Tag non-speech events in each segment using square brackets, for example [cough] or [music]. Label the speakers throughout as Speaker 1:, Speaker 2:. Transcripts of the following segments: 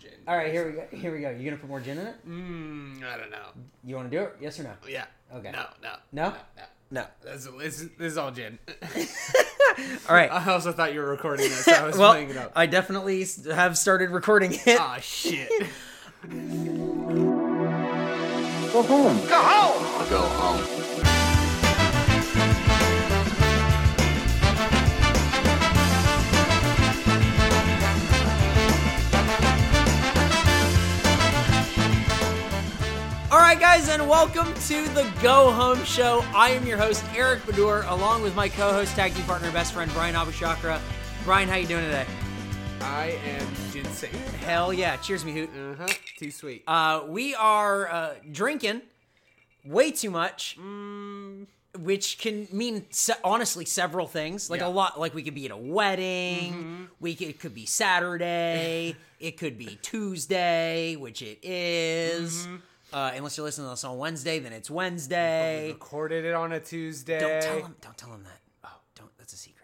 Speaker 1: gin.
Speaker 2: All right, here we go. Here we go. You gonna put more gin in it?
Speaker 1: Mm, I don't know.
Speaker 2: You want to do it? Yes or no?
Speaker 1: Yeah.
Speaker 2: Okay.
Speaker 1: No, no.
Speaker 2: No?
Speaker 1: No.
Speaker 2: No.
Speaker 1: That's, this, is- this is all gin.
Speaker 2: All [laughs] right.
Speaker 1: [laughs] I also thought you were recording this. So I was playing it
Speaker 2: [laughs] well,
Speaker 1: up.
Speaker 2: I definitely s- have started recording it.
Speaker 1: Ah,
Speaker 2: [laughs]
Speaker 1: shit.
Speaker 3: Go home.
Speaker 1: Go home. Go home.
Speaker 2: All right, guys, and welcome to the Go Home Show. I am your host Eric Bedour, along with my co-host, tag team partner, best friend Brian Abishakra. Brian, how you doing today?
Speaker 1: I am ginseng.
Speaker 2: Hell yeah! Cheers, me hoot.
Speaker 1: Uh huh. Too sweet.
Speaker 2: Uh, we are uh, drinking way too much, which can mean se- honestly several things. Like
Speaker 1: Yeah.
Speaker 2: a lot. Like we could be at a wedding. We could, it could be Saturday. it could be Tuesday, which it is. Uh, unless you're listening to us on Wednesday, then it's Wednesday.
Speaker 1: Recorded it on a Tuesday.
Speaker 2: Don't tell him. Don't tell him that. Oh, don't. That's a secret.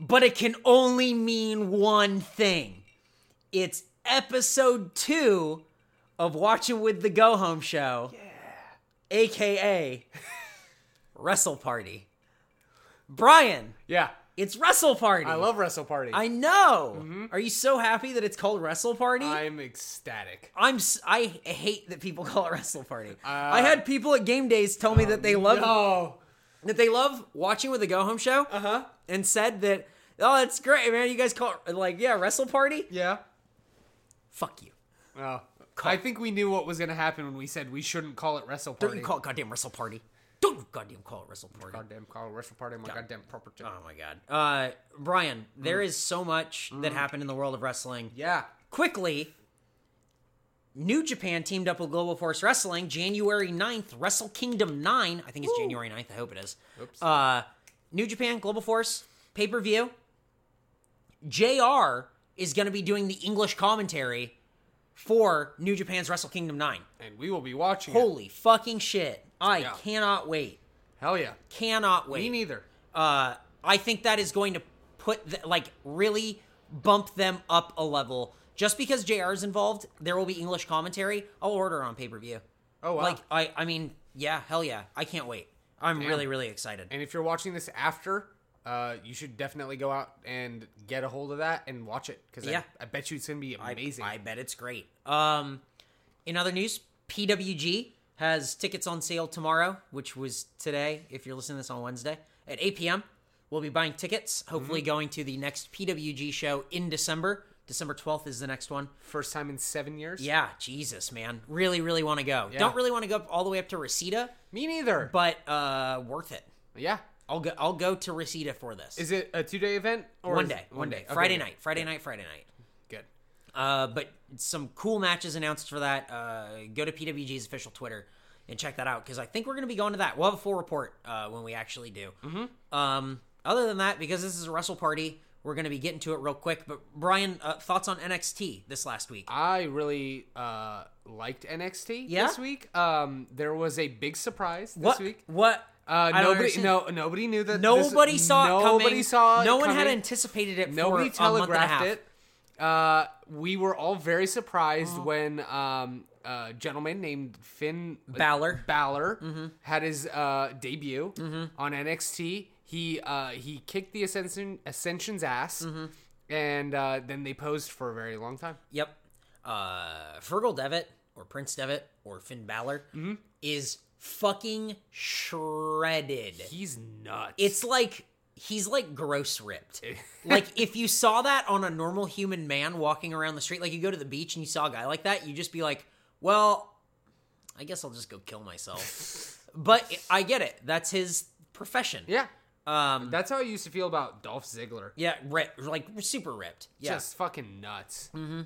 Speaker 2: But it can only mean one thing. It's episode two of Watching with the Go Home Show, aka Wrestle Party. Brian,
Speaker 1: Yeah.
Speaker 2: it's Wrestle Party.
Speaker 1: I love Wrestle Party.
Speaker 2: I know. Are you so happy that it's called Wrestle Party?
Speaker 1: I'm ecstatic.
Speaker 2: I'm s- I hate that people [laughs] call it wrestle party. I had people at game days tell me that they love
Speaker 1: Oh.
Speaker 2: that they love watching with the go home show
Speaker 1: Uh huh.
Speaker 2: and said that oh that's great man you guys call it like yeah wrestle party
Speaker 1: Yeah.
Speaker 2: fuck you
Speaker 1: Oh. I think we knew what was going to happen when we said we shouldn't call it Wrestle Party.
Speaker 2: don't you call it goddamn wrestle party don't you goddamn call it wrestle party
Speaker 1: goddamn call it Wrestle Party my goddamn property.
Speaker 2: oh my god uh Brian there is so much that happened in the world of wrestling
Speaker 1: Yeah.
Speaker 2: quickly New Japan teamed up with Global Force Wrestling January 9th, Wrestle Kingdom 9. I think it's January 9th. I hope it is.
Speaker 1: Oops.
Speaker 2: Uh, New Japan, Global Force, pay per view. JR is going to be doing the English commentary for New Japan's Wrestle Kingdom 9.
Speaker 1: and we will be watching it.
Speaker 2: Holy fucking shit. I
Speaker 1: Yeah.
Speaker 2: cannot wait.
Speaker 1: Hell yeah.
Speaker 2: Cannot wait
Speaker 1: Me neither.
Speaker 2: uh, I think that is going to put the, like really bump them up a level. Just because JR is involved, there will be English commentary. I'll order on pay per view.
Speaker 1: Oh, wow.
Speaker 2: Like I, I mean, yeah, hell yeah, I can't wait. I'm really, really excited.
Speaker 1: and if you're watching this after, uh, you should definitely go out and get a hold of that and watch it because
Speaker 2: Yeah.
Speaker 1: I, I bet you it's going to be amazing.
Speaker 2: I bet it's great. Um, in other news, PWG has tickets on sale tomorrow, which was today. If you're listening to this on Wednesday at 8 p.m., we'll be buying tickets.
Speaker 1: Mm-hmm.
Speaker 2: Hopefully, going to the next PWG show in December. December 12th is the next one.
Speaker 1: First time in seven years?
Speaker 2: Yeah, Jesus, man. Really, really want to go. Don't really want to go up all the way up to Reseda,
Speaker 1: Me neither.
Speaker 2: but uh worth it.
Speaker 1: yeah.
Speaker 2: I'll go I'll go to Reseda for this.
Speaker 1: Is it a two day event? Or
Speaker 2: one
Speaker 1: is-
Speaker 2: day, one day.
Speaker 1: Okay,
Speaker 2: Friday
Speaker 1: good.
Speaker 2: night. Friday night, Friday night.
Speaker 1: Good.
Speaker 2: Uh but some cool matches announced for that. Uh go to PWG's official Twitter and check that out because I think we're gonna be going to that. We'll have a full report uh when we actually do. Mm-hmm. Um other than that, because this is a wrestle party, we're gonna be getting to it real quick. But Brian, uh, thoughts on NXT this last week?
Speaker 1: I really uh, liked NXT
Speaker 2: Yeah?
Speaker 1: this week. Um, there was a big surprise this
Speaker 2: what
Speaker 1: week.
Speaker 2: what
Speaker 1: Uh,
Speaker 2: I don't
Speaker 1: nobody,
Speaker 2: understand.
Speaker 1: no, nobody knew that. this-
Speaker 2: Nobody saw it coming.
Speaker 1: Nobody saw. it
Speaker 2: No one had
Speaker 1: coming.
Speaker 2: anticipated it.
Speaker 1: Nobody
Speaker 2: for
Speaker 1: telegraphed
Speaker 2: a month and a half.
Speaker 1: it. Uh, we were all very surprised
Speaker 2: Oh.
Speaker 1: when um, a gentleman named Finn uh,
Speaker 2: Balor. Mm-hmm.
Speaker 1: Balor had his uh, debut on NXT. He uh, he kicked the Ascension Ascension's ass,
Speaker 2: Mm-hmm.
Speaker 1: and uh, then they posed for a very long time.
Speaker 2: Yep. Uh, Fergal Devitt or Prince Devitt or Finn Balor
Speaker 1: Mm-hmm.
Speaker 2: is fucking shredded.
Speaker 1: He's nuts.
Speaker 2: It's like he's like
Speaker 1: [laughs]
Speaker 2: gross ripped. like if you saw that on a normal human man walking around the street, like you go to the beach and you saw a guy like that, you just be like, "Well, I guess I'll just go kill myself."
Speaker 1: [laughs]
Speaker 2: but I get it. That's his profession.
Speaker 1: yeah.
Speaker 2: Um,
Speaker 1: That's how I used to feel about Dolph Ziggler.
Speaker 2: yeah, ripped, like super ripped. Yeah.
Speaker 1: Just fucking nuts. Mm-hmm.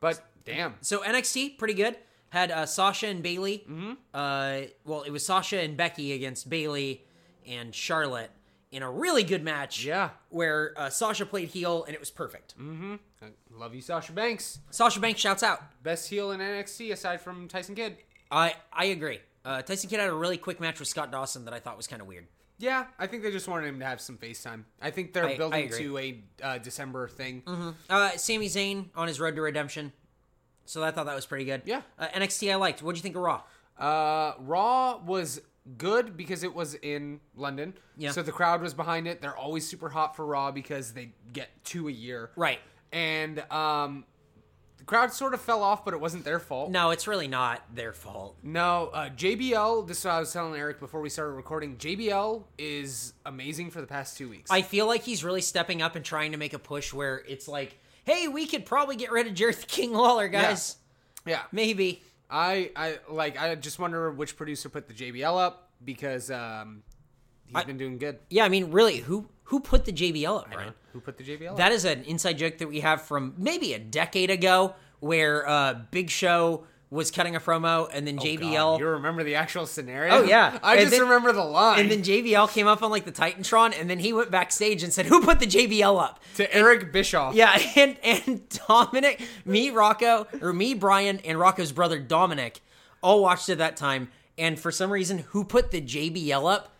Speaker 1: But damn,
Speaker 2: So NXT, pretty good. Had uh, Sasha and Bailey.
Speaker 1: Mm-hmm.
Speaker 2: Uh, well, it was Sasha and Becky against Bailey and Charlotte in a really good match.
Speaker 1: Yeah.
Speaker 2: where uh, Sasha played heel and it was perfect. Mm-hmm.
Speaker 1: I love you, Sasha Banks.
Speaker 2: Sasha Banks shouts out.
Speaker 1: Best heel in NXT aside from Tyson Kidd.
Speaker 2: I I agree. Uh, Tyson Kidd had a really quick match with Scott Dawson that I thought was kind of weird.
Speaker 1: Yeah, I think they just wanted him to have some face time. I think they're
Speaker 2: I- I
Speaker 1: building
Speaker 2: agree.
Speaker 1: to a uh, December thing.
Speaker 2: Uh, Sami Zayn on his road to redemption. So I thought that was pretty good.
Speaker 1: Yeah.
Speaker 2: Uh, NXT I liked. What do you think of Raw?
Speaker 1: Uh, Raw was good because it was in London.
Speaker 2: Yeah.
Speaker 1: So the crowd was behind it. They're always super hot for Raw because they get two a year.
Speaker 2: Right.
Speaker 1: And um, the crowd sort of fell off, but it wasn't their fault.
Speaker 2: No, it's really not their fault.
Speaker 1: No, uh, JBL. This is what I was telling Eric before we started recording. JBL is amazing for the past two weeks.
Speaker 2: I feel like he's really stepping up and trying to make a push where it's like, hey, we could probably get rid of Jareth King Lawler, guys.
Speaker 1: yeah,
Speaker 2: Maybe.
Speaker 1: I I like. I just wonder which producer put the JBL up because um, he's been doing good.
Speaker 2: Yeah, I mean, really, who who put the JBL up, Brian?
Speaker 1: Who put the JBL? up?
Speaker 2: That is an inside joke that we have from maybe a decade ago where uh, Big Show was cutting a promo and then JBL.
Speaker 1: God, you remember the actual scenario?
Speaker 2: Oh, yeah.
Speaker 1: [laughs] I
Speaker 2: And
Speaker 1: just
Speaker 2: then-
Speaker 1: remember the line.
Speaker 2: and then JBL came up on like the Titantron, and then he went backstage and said, "Who put the JBL up?"
Speaker 1: to Eric Bischoff.
Speaker 2: Yeah, [laughs] and and Dominic, me, Rocco, or me, Brian, and Rocco's brother Dominic, all watched it that time. And for some reason, who put the JBL up?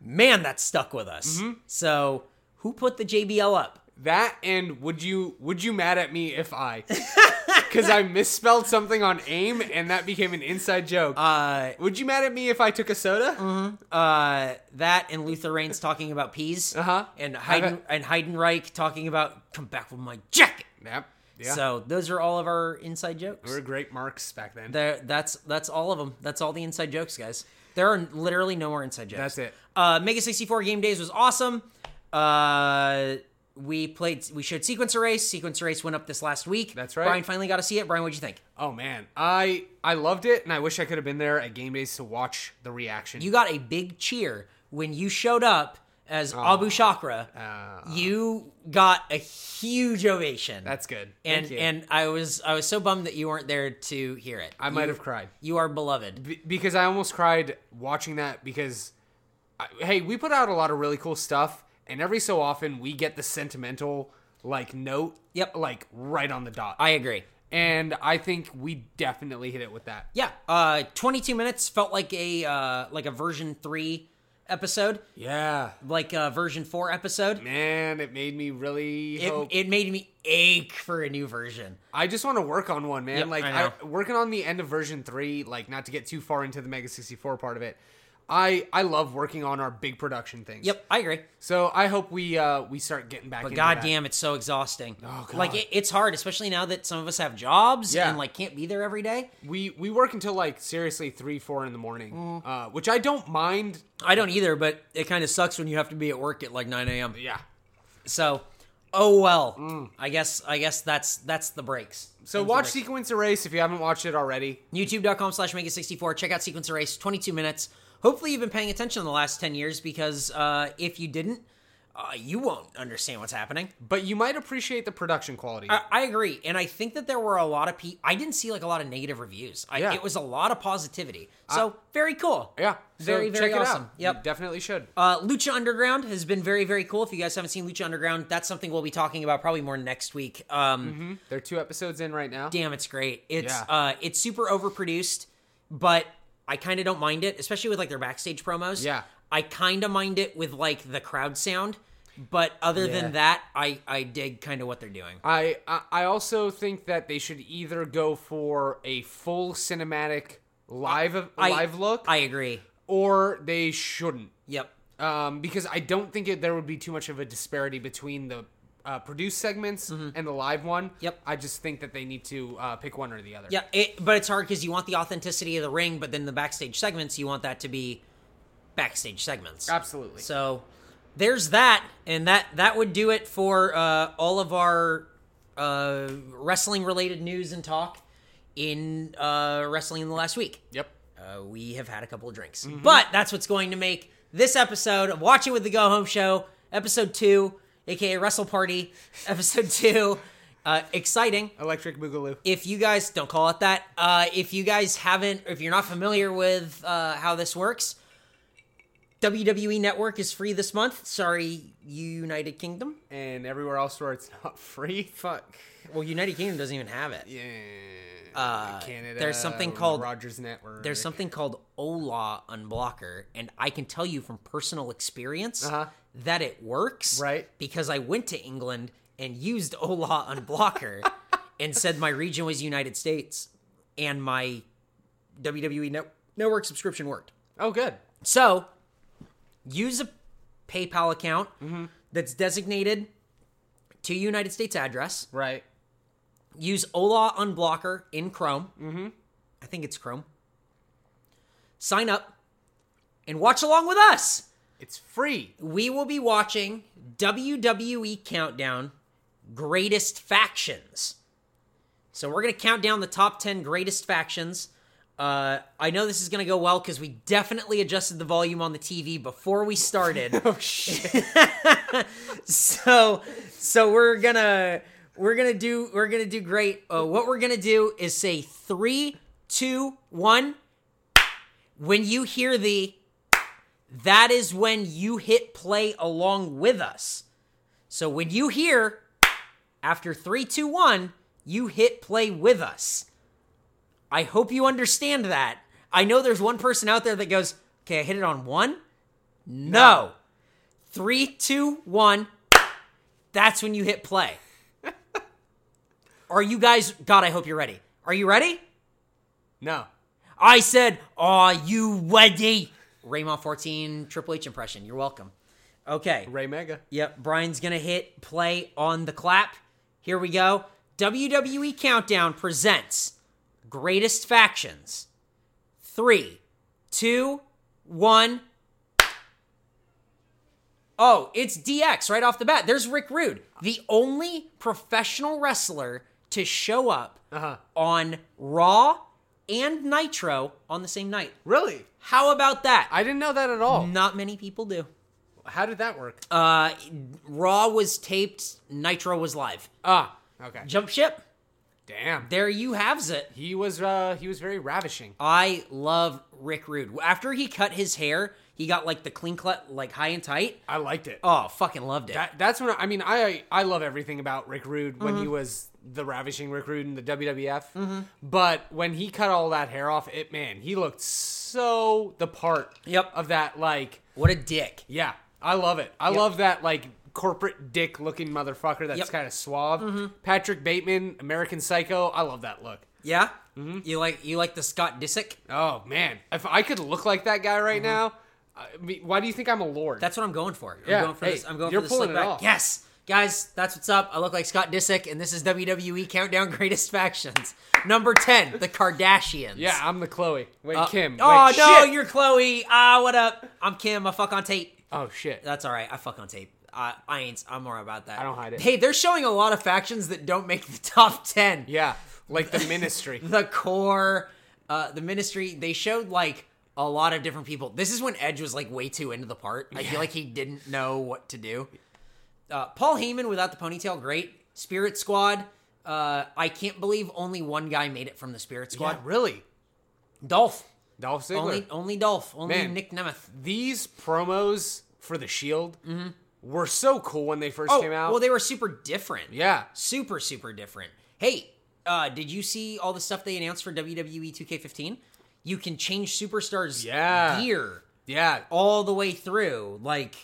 Speaker 2: Man, that stuck with us.
Speaker 1: Mm-hmm.
Speaker 2: So, who put the JBL up?
Speaker 1: That and would you would you mad at me if I? [laughs] Because I misspelled something on AIM and that became an inside joke.
Speaker 2: Uh,
Speaker 1: would you mad at me if I took a soda?
Speaker 2: uh, that and Luther Reigns talking about peas,
Speaker 1: Uh-huh.
Speaker 2: and Heiden, and Heidenreich talking about come back with my jacket.
Speaker 1: Yep. Yeah.
Speaker 2: So those are all of our inside jokes.
Speaker 1: we were great marks back then.
Speaker 2: There, that's that's all of them. That's all the inside jokes, guys. There are literally no more inside jokes.
Speaker 1: That's it.
Speaker 2: Uh, Mega sixty four game days was awesome. Uh, we played. We showed Sequence Race. Sequence Race went up this last week.
Speaker 1: That's right.
Speaker 2: Brian finally got to see it. Brian, what'd you think?
Speaker 1: oh man, I I loved it and I wish I could have been there at game days to watch the reaction.
Speaker 2: You got a big cheer when you showed up as
Speaker 1: Ah.
Speaker 2: Abu Chakra. you got a huge ovation.
Speaker 1: That's good.
Speaker 2: and
Speaker 1: Thank you.
Speaker 2: and I was I was so bummed that you weren't there to hear it.
Speaker 1: I might have cried.
Speaker 2: You are beloved.
Speaker 1: Be- because I almost cried watching that because I, hey, we put out a lot of really cool stuff and every so often we get the sentimental like note
Speaker 2: Yep.
Speaker 1: like right on the dot.
Speaker 2: I agree.
Speaker 1: and I think we definitely hit it with that.
Speaker 2: Yeah, uh, 22 minutes felt like a uh, like a version three episode,
Speaker 1: Yeah.
Speaker 2: like a version four episode.
Speaker 1: Man, it made me really
Speaker 2: It,
Speaker 1: hope.
Speaker 2: it made me ache for a new version.
Speaker 1: I just want to work on one, man.
Speaker 2: Yep,
Speaker 1: like
Speaker 2: I
Speaker 1: I
Speaker 2: know.
Speaker 1: working on the end of version 3, like not to get too far into the Mega 64 part of it. I I love working on our big production things.
Speaker 2: Yep, I agree.
Speaker 1: So I hope we uh we start getting back
Speaker 2: But
Speaker 1: into that.
Speaker 2: goddamn, it's so exhausting.
Speaker 1: Oh, God.
Speaker 2: Like it, it's hard, especially now that some of us have jobs
Speaker 1: Yeah.
Speaker 2: and like can't be there every day.
Speaker 1: We we work until like seriously three four in the morning, uh, which I don't mind.
Speaker 2: I don't either, but it kind of sucks when you have to be at work at like 9 a.m.
Speaker 1: Yeah.
Speaker 2: So, oh well. I guess I guess that's that's the breaks.
Speaker 1: Mm. So watch Sequence Erase if you haven't watched it already.
Speaker 2: youtube.com slash mega64 check out sequence erase 22 minutes hopefully you've been paying attention in the last 10 years because uh, if you didn't uh, you won't understand what's happening
Speaker 1: But you might appreciate the production quality.
Speaker 2: I, I agree and i think that there were a lot of people i didn't see like a lot of negative reviews I,
Speaker 1: Yeah.
Speaker 2: it was a lot of positivity so very cool
Speaker 1: yeah. So
Speaker 2: very very
Speaker 1: check
Speaker 2: awesome
Speaker 1: it out. You
Speaker 2: yep
Speaker 1: definitely should.
Speaker 2: uh, Lucha Underground has been very, very cool. If you guys haven't seen Lucha Underground, that's something we'll be talking about probably more next week. Um,
Speaker 1: There are two episodes in right now.
Speaker 2: damn it's great it's
Speaker 1: Mm-hmm. Yeah.
Speaker 2: uh it's super overproduced but i kind of don't mind it especially with like their backstage promos
Speaker 1: Yeah.
Speaker 2: i kind of mind it with like the crowd sound but other
Speaker 1: Yeah.
Speaker 2: than that i i dig kind of what they're doing
Speaker 1: I, I I also think that they should either go for a full cinematic live of
Speaker 2: I,
Speaker 1: live look,
Speaker 2: i agree
Speaker 1: or they shouldn't.
Speaker 2: yep
Speaker 1: um, because I don't think it, there would be too much of a disparity between the uh, produced segments and the live one.
Speaker 2: Mm-hmm. Yep.
Speaker 1: I just think that they need to uh, pick one or the other.
Speaker 2: yeah it, but it's hard because you want the authenticity of the ring but then the backstage segments you want that to be backstage segments
Speaker 1: Absolutely.
Speaker 2: So there's that, and that that would do it for uh, all of our uh, wrestling related news and talk in uh, wrestling in the last week.
Speaker 1: yep.
Speaker 2: Uh, we have had a couple of drinks, but that's what's going to make this episode of Watch It with the Go Home Show, episode two, aka Wrestle Party, [laughs] episode two, uh, exciting
Speaker 1: Electric Boogaloo.
Speaker 2: if you guys don't call it that uh, if you guys haven't if you're not familiar with uh, how this works WWE Network is free this month. Sorry, United Kingdom.
Speaker 1: and everywhere else where it's not free. [laughs]
Speaker 2: Fuck. Well, United Kingdom doesn't even have it.
Speaker 1: Yeah.
Speaker 2: Uh,
Speaker 1: Canada.
Speaker 2: there's something called-
Speaker 1: Rogers Network.
Speaker 2: There's something called Ola Unblocker, and I can tell you from personal experience
Speaker 1: Uh-huh.
Speaker 2: that it works.
Speaker 1: Right.
Speaker 2: Because I went to England and used Ola
Speaker 1: [laughs]
Speaker 2: Unblocker and said my region was United States, and my WWE net- network subscription worked.
Speaker 1: Oh, good.
Speaker 2: So use a PayPal account that's designated to United States address.
Speaker 1: Right.
Speaker 2: Use Ola Unblocker in Chrome. Mm-hmm. I think it's Chrome. Sign up and watch along with us.
Speaker 1: It's free.
Speaker 2: We will be watching WWE Countdown Greatest Factions. So we're going to count down the top 10 greatest factions. Uh, I know this is going to go well because we definitely adjusted the volume on the TV before we started.
Speaker 1: [laughs] Oh shit.
Speaker 2: [laughs] so so we're gonna we're gonna do we're gonna do great uh, what we're gonna do is say three two one when you hear the that is when you hit play along with us so when you hear after three two one you hit play with us i hope you understand that i know there's one person out there that goes okay i hit it on one no. Three, two, one. That's when you hit play. Are you guys? God, I hope you're ready. Are you ready?
Speaker 1: no.
Speaker 2: I said, Are you ready? Raymond 14 Triple H impression. You're welcome. Okay.
Speaker 1: Ray Mega.
Speaker 2: Yep. Brian's going to hit play on the clap. Here we go. WWE Countdown presents Greatest Factions. Three, two, one. Oh, it's DX right off the bat. There's Rick Rude, the only professional wrestler to show up
Speaker 1: Uh-huh.
Speaker 2: on Raw and Nitro on the same night.
Speaker 1: Really?
Speaker 2: How about that?
Speaker 1: I didn't know that at all.
Speaker 2: Not many people do.
Speaker 1: How did that work?
Speaker 2: Uh, Raw was taped, Nitro was live.
Speaker 1: ah. Okay.
Speaker 2: Jump ship.
Speaker 1: Damn.
Speaker 2: There you haves it.
Speaker 1: He was uh he was very ravishing.
Speaker 2: I love Rick Rude. After he cut his hair, he got like the clean cut, like high and tight.
Speaker 1: I liked it.
Speaker 2: Oh, fucking loved it.
Speaker 1: Uh, That, that's when I, I mean I I love everything about Rick Rude when he was the ravishing Rick Rude in the WWF, but when he cut all that hair off, it man he looked so the part.
Speaker 2: Yep.
Speaker 1: Of that like
Speaker 2: what a dick.
Speaker 1: yeah I love it I
Speaker 2: Yep.
Speaker 1: love that like corporate dick looking motherfucker that's
Speaker 2: Yep.
Speaker 1: kind of suave. Patrick Bateman American Psycho I love that look.
Speaker 2: Yeah.
Speaker 1: Mm-hmm.
Speaker 2: You like you like the Scott Disick?
Speaker 1: Oh man if I could look like that guy right now, I mean, why do you think I'm a lord?
Speaker 2: Mm-hmm. That's what I'm going for. I'm
Speaker 1: Yeah,
Speaker 2: going for
Speaker 1: hey,
Speaker 2: this. I'm going
Speaker 1: you're
Speaker 2: for this
Speaker 1: pulling
Speaker 2: slick
Speaker 1: it
Speaker 2: back.
Speaker 1: off.
Speaker 2: Yes. Guys, that's what's up. I look like Scott Disick, and this is WWE Countdown [laughs] Greatest Factions. Number 10, The Kardashians.
Speaker 1: yeah I'm the Chloe wait
Speaker 2: Uh,
Speaker 1: Kim
Speaker 2: Oh,
Speaker 1: Wait,
Speaker 2: no,
Speaker 1: shit.
Speaker 2: you're Chloe. Ah, what up? I'm Kim. I fuck on tape.
Speaker 1: oh shit
Speaker 2: That's all right. I fuck on tape. I, I ain't. I'm more about that. I
Speaker 1: don't hide it.
Speaker 2: Hey, they're showing a lot of factions that don't make the top ten.
Speaker 1: yeah like the ministry.
Speaker 2: [laughs] The core, uh, the ministry. They showed like a lot of different people. This is when Edge was like way too into the part. I feel like he didn't know what to do. Uh, Paul Heyman without the ponytail, great. Spirit Squad. Uh, I can't believe only one guy made it from the Spirit Squad.
Speaker 1: Yeah, really?
Speaker 2: Dolph.
Speaker 1: Dolph Ziggler.
Speaker 2: Only, only Dolph. Only
Speaker 1: Man.
Speaker 2: Nick Nemeth.
Speaker 1: These promos for the Shield were so cool when they first
Speaker 2: Mm-hmm. Oh,
Speaker 1: came out.
Speaker 2: well, they were super different.
Speaker 1: yeah.
Speaker 2: super super different hey uh did you see all the stuff they announced for E wwe 2k15 you can change superstars
Speaker 1: Yeah.
Speaker 2: gear
Speaker 1: Yeah.
Speaker 2: all the way through like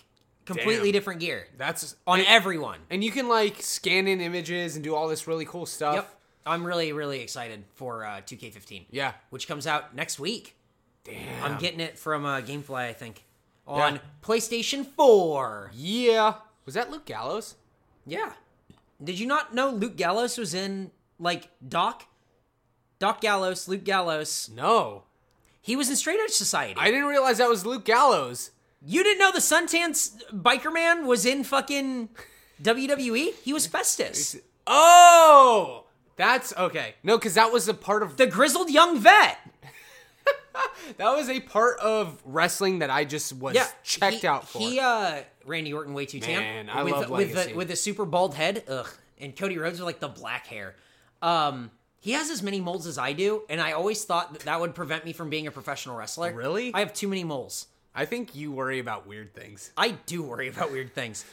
Speaker 2: completely
Speaker 1: Damn.
Speaker 2: different gear
Speaker 1: That's
Speaker 2: on
Speaker 1: and,
Speaker 2: everyone
Speaker 1: and you can like scan in images and do all this really cool stuff.
Speaker 2: yep i'm really really excited for uh 2k15
Speaker 1: Yeah.
Speaker 2: which comes out next week
Speaker 1: Damn.
Speaker 2: i'm getting it from uh gamefly i think on
Speaker 1: Yeah.
Speaker 2: playstation 4
Speaker 1: yeah. Was that Luke Gallows?
Speaker 2: yeah did you not know luke gallows was in like doc doc gallows luke gallows
Speaker 1: No.
Speaker 2: He was in Straight Edge Society.
Speaker 1: I didn't realize that was Luke Gallows.
Speaker 2: you didn't know the Suntan s- Biker Man was in fucking WWE? He was Festus,
Speaker 1: Oh! That's okay. No, because that was a part of
Speaker 2: the grizzled young vet.
Speaker 1: that was a part of wrestling that I just was
Speaker 2: Yeah,
Speaker 1: checked
Speaker 2: he-
Speaker 1: out for.
Speaker 2: He, uh, Randy Orton, way too tan.
Speaker 1: Man, I
Speaker 2: with,
Speaker 1: love
Speaker 2: with the
Speaker 1: Legacy.
Speaker 2: with the super bald head. Ugh, and Cody Rhodes with like the black hair. Um, he has as many moles as I do, and I always thought that that would prevent me from being a professional wrestler.
Speaker 1: Really?
Speaker 2: I have too many moles.
Speaker 1: I think you worry about weird things.
Speaker 2: I do worry about weird things.